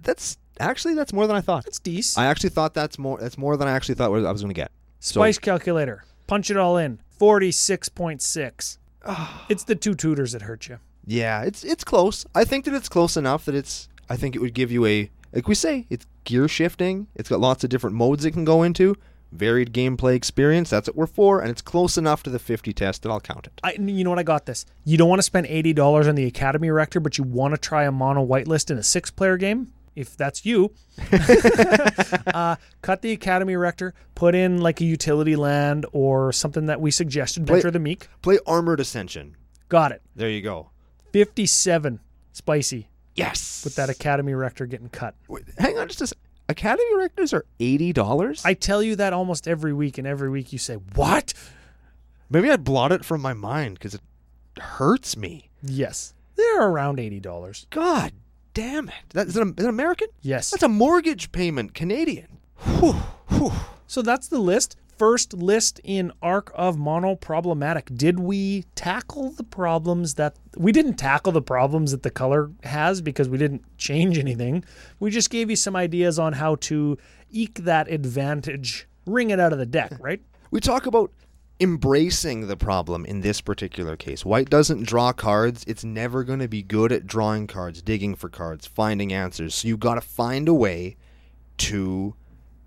Speaker 1: That's actually that's more than I thought.
Speaker 2: That's decent.
Speaker 1: I actually thought that's more that's more than I actually thought I was going to get. So-
Speaker 2: Spice calculator, punch it all in, 46.6.
Speaker 1: Ah.
Speaker 2: it's the two tutors that hurt you.
Speaker 1: Yeah, it's it's close. I think that it's close enough that it's I think it would give you a like we say, it's gear shifting. It's got lots of different modes it can go into, varied gameplay experience. That's what we're for and it's close enough to the 50 test that I'll count it.
Speaker 2: I, you know what? I got this. You don't want to spend eighty dollars on the Academy Rector, but you want to try a mono whitelist in a six-player game. If that's you, uh, cut the Academy Rector, put in like a utility land or something that we suggested, Venture of the Meek.
Speaker 1: Play Armored Ascension.
Speaker 2: Got it.
Speaker 1: There you go.
Speaker 2: Fifty-seven spicy
Speaker 1: Yes.
Speaker 2: with that Academy Rector getting cut.
Speaker 1: Wait, hang on just a sec. Academy directors are $80?
Speaker 2: I tell you that almost every week, and every week you say, "What?"
Speaker 1: Maybe I blot it from my mind cuz it hurts me.
Speaker 2: Yes, they're around eighty dollars.
Speaker 1: God damn it. That, is, it, is it American?
Speaker 2: Yes,
Speaker 1: That's a mortgage payment, Canadian. Whew, whew.
Speaker 2: So that's the list. First list in Arc of Mono Problematic. Did we tackle the problems that we didn't tackle the problems that the color has because we didn't change anything. We just gave you some ideas on how to eke that advantage, wring it out of the deck, right?
Speaker 1: We talk about embracing the problem in this particular case. White doesn't draw cards. It's never going to be good at drawing cards, digging for cards, finding answers. So you got to find a way to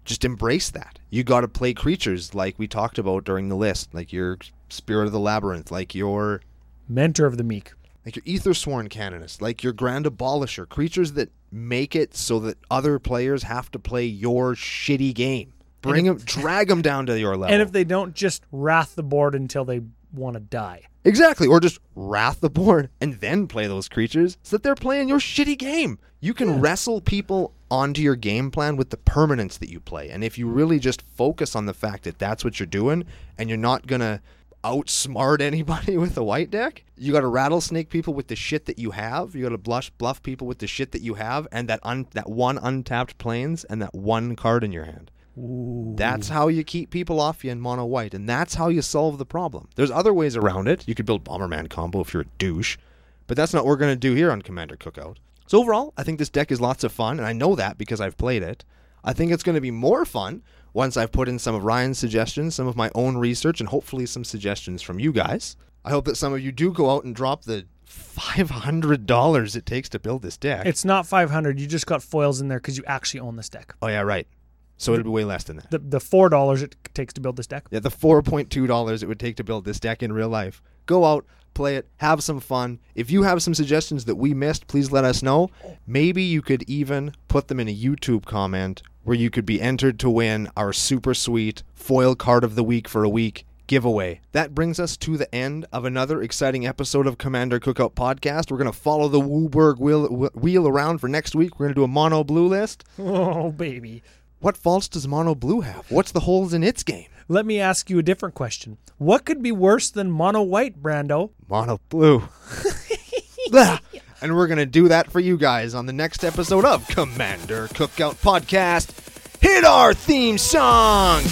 Speaker 1: just embrace that. You got to play creatures like we talked about during the list, like your Spirit of the Labyrinth, like your
Speaker 2: Mentor of the Meek.
Speaker 1: like your ether sworn canonist, like your grand abolisher, creatures that make it so that other players have to play your shitty game. Bring them, drag them down to your level.
Speaker 2: And if they don't just wrath the board until they want to die.
Speaker 1: exactly, or just wrath the board and then play those creatures so that they're playing your shitty game. You can wrestle people onto your game plan with the permanence that you play, and if you really just focus on the fact that that's what you're doing, and you're not gonna outsmart anybody with a white deck. You got to rattlesnake people with the shit that you have. You got to blush bluff people with the shit that you have, and that un- that one untapped planes and that one card in your hand. That's how you keep people off you in mono white, and that's how you solve the problem. There's other ways around it. You could build Bomberman combo if you're a douche, but that's not what we're going to do here on Commander Cookout. So, overall, I think this deck is lots of fun, and I know that because I've played it. I think it's going to be more fun once I've put in some of Ryan's suggestions, some of my own research, and hopefully some suggestions from you guys. I hope that some of you do go out and drop the $500 it takes to build this deck.
Speaker 2: It's not 500. You just got foils in there because you actually own this deck.
Speaker 1: oh, yeah, right. So, it'll be way less than that.
Speaker 2: The, the $4 it takes to build this deck.
Speaker 1: Yeah, the four point two dollars it would take to build this deck in real life. Go out, play it, have some fun. If you have some suggestions that we missed, please let us know. Maybe you could even put them in a YouTube comment where you could be entered to win our super sweet foil card of the week for a week giveaway. That brings us to the end of another exciting episode of Commander Cookout Podcast. We're going to follow the Wooberg wheel, wheel around for next week. We're going to do a mono blue list.
Speaker 2: Oh, baby.
Speaker 1: What faults does mono blue have? What's the holes in its game?
Speaker 2: Let me ask you a different question. What could be worse than mono white, Brando?
Speaker 1: mono blue. Blah. and we're going to do that for you guys on the next episode of Commander Cookout Podcast. Hit our theme song!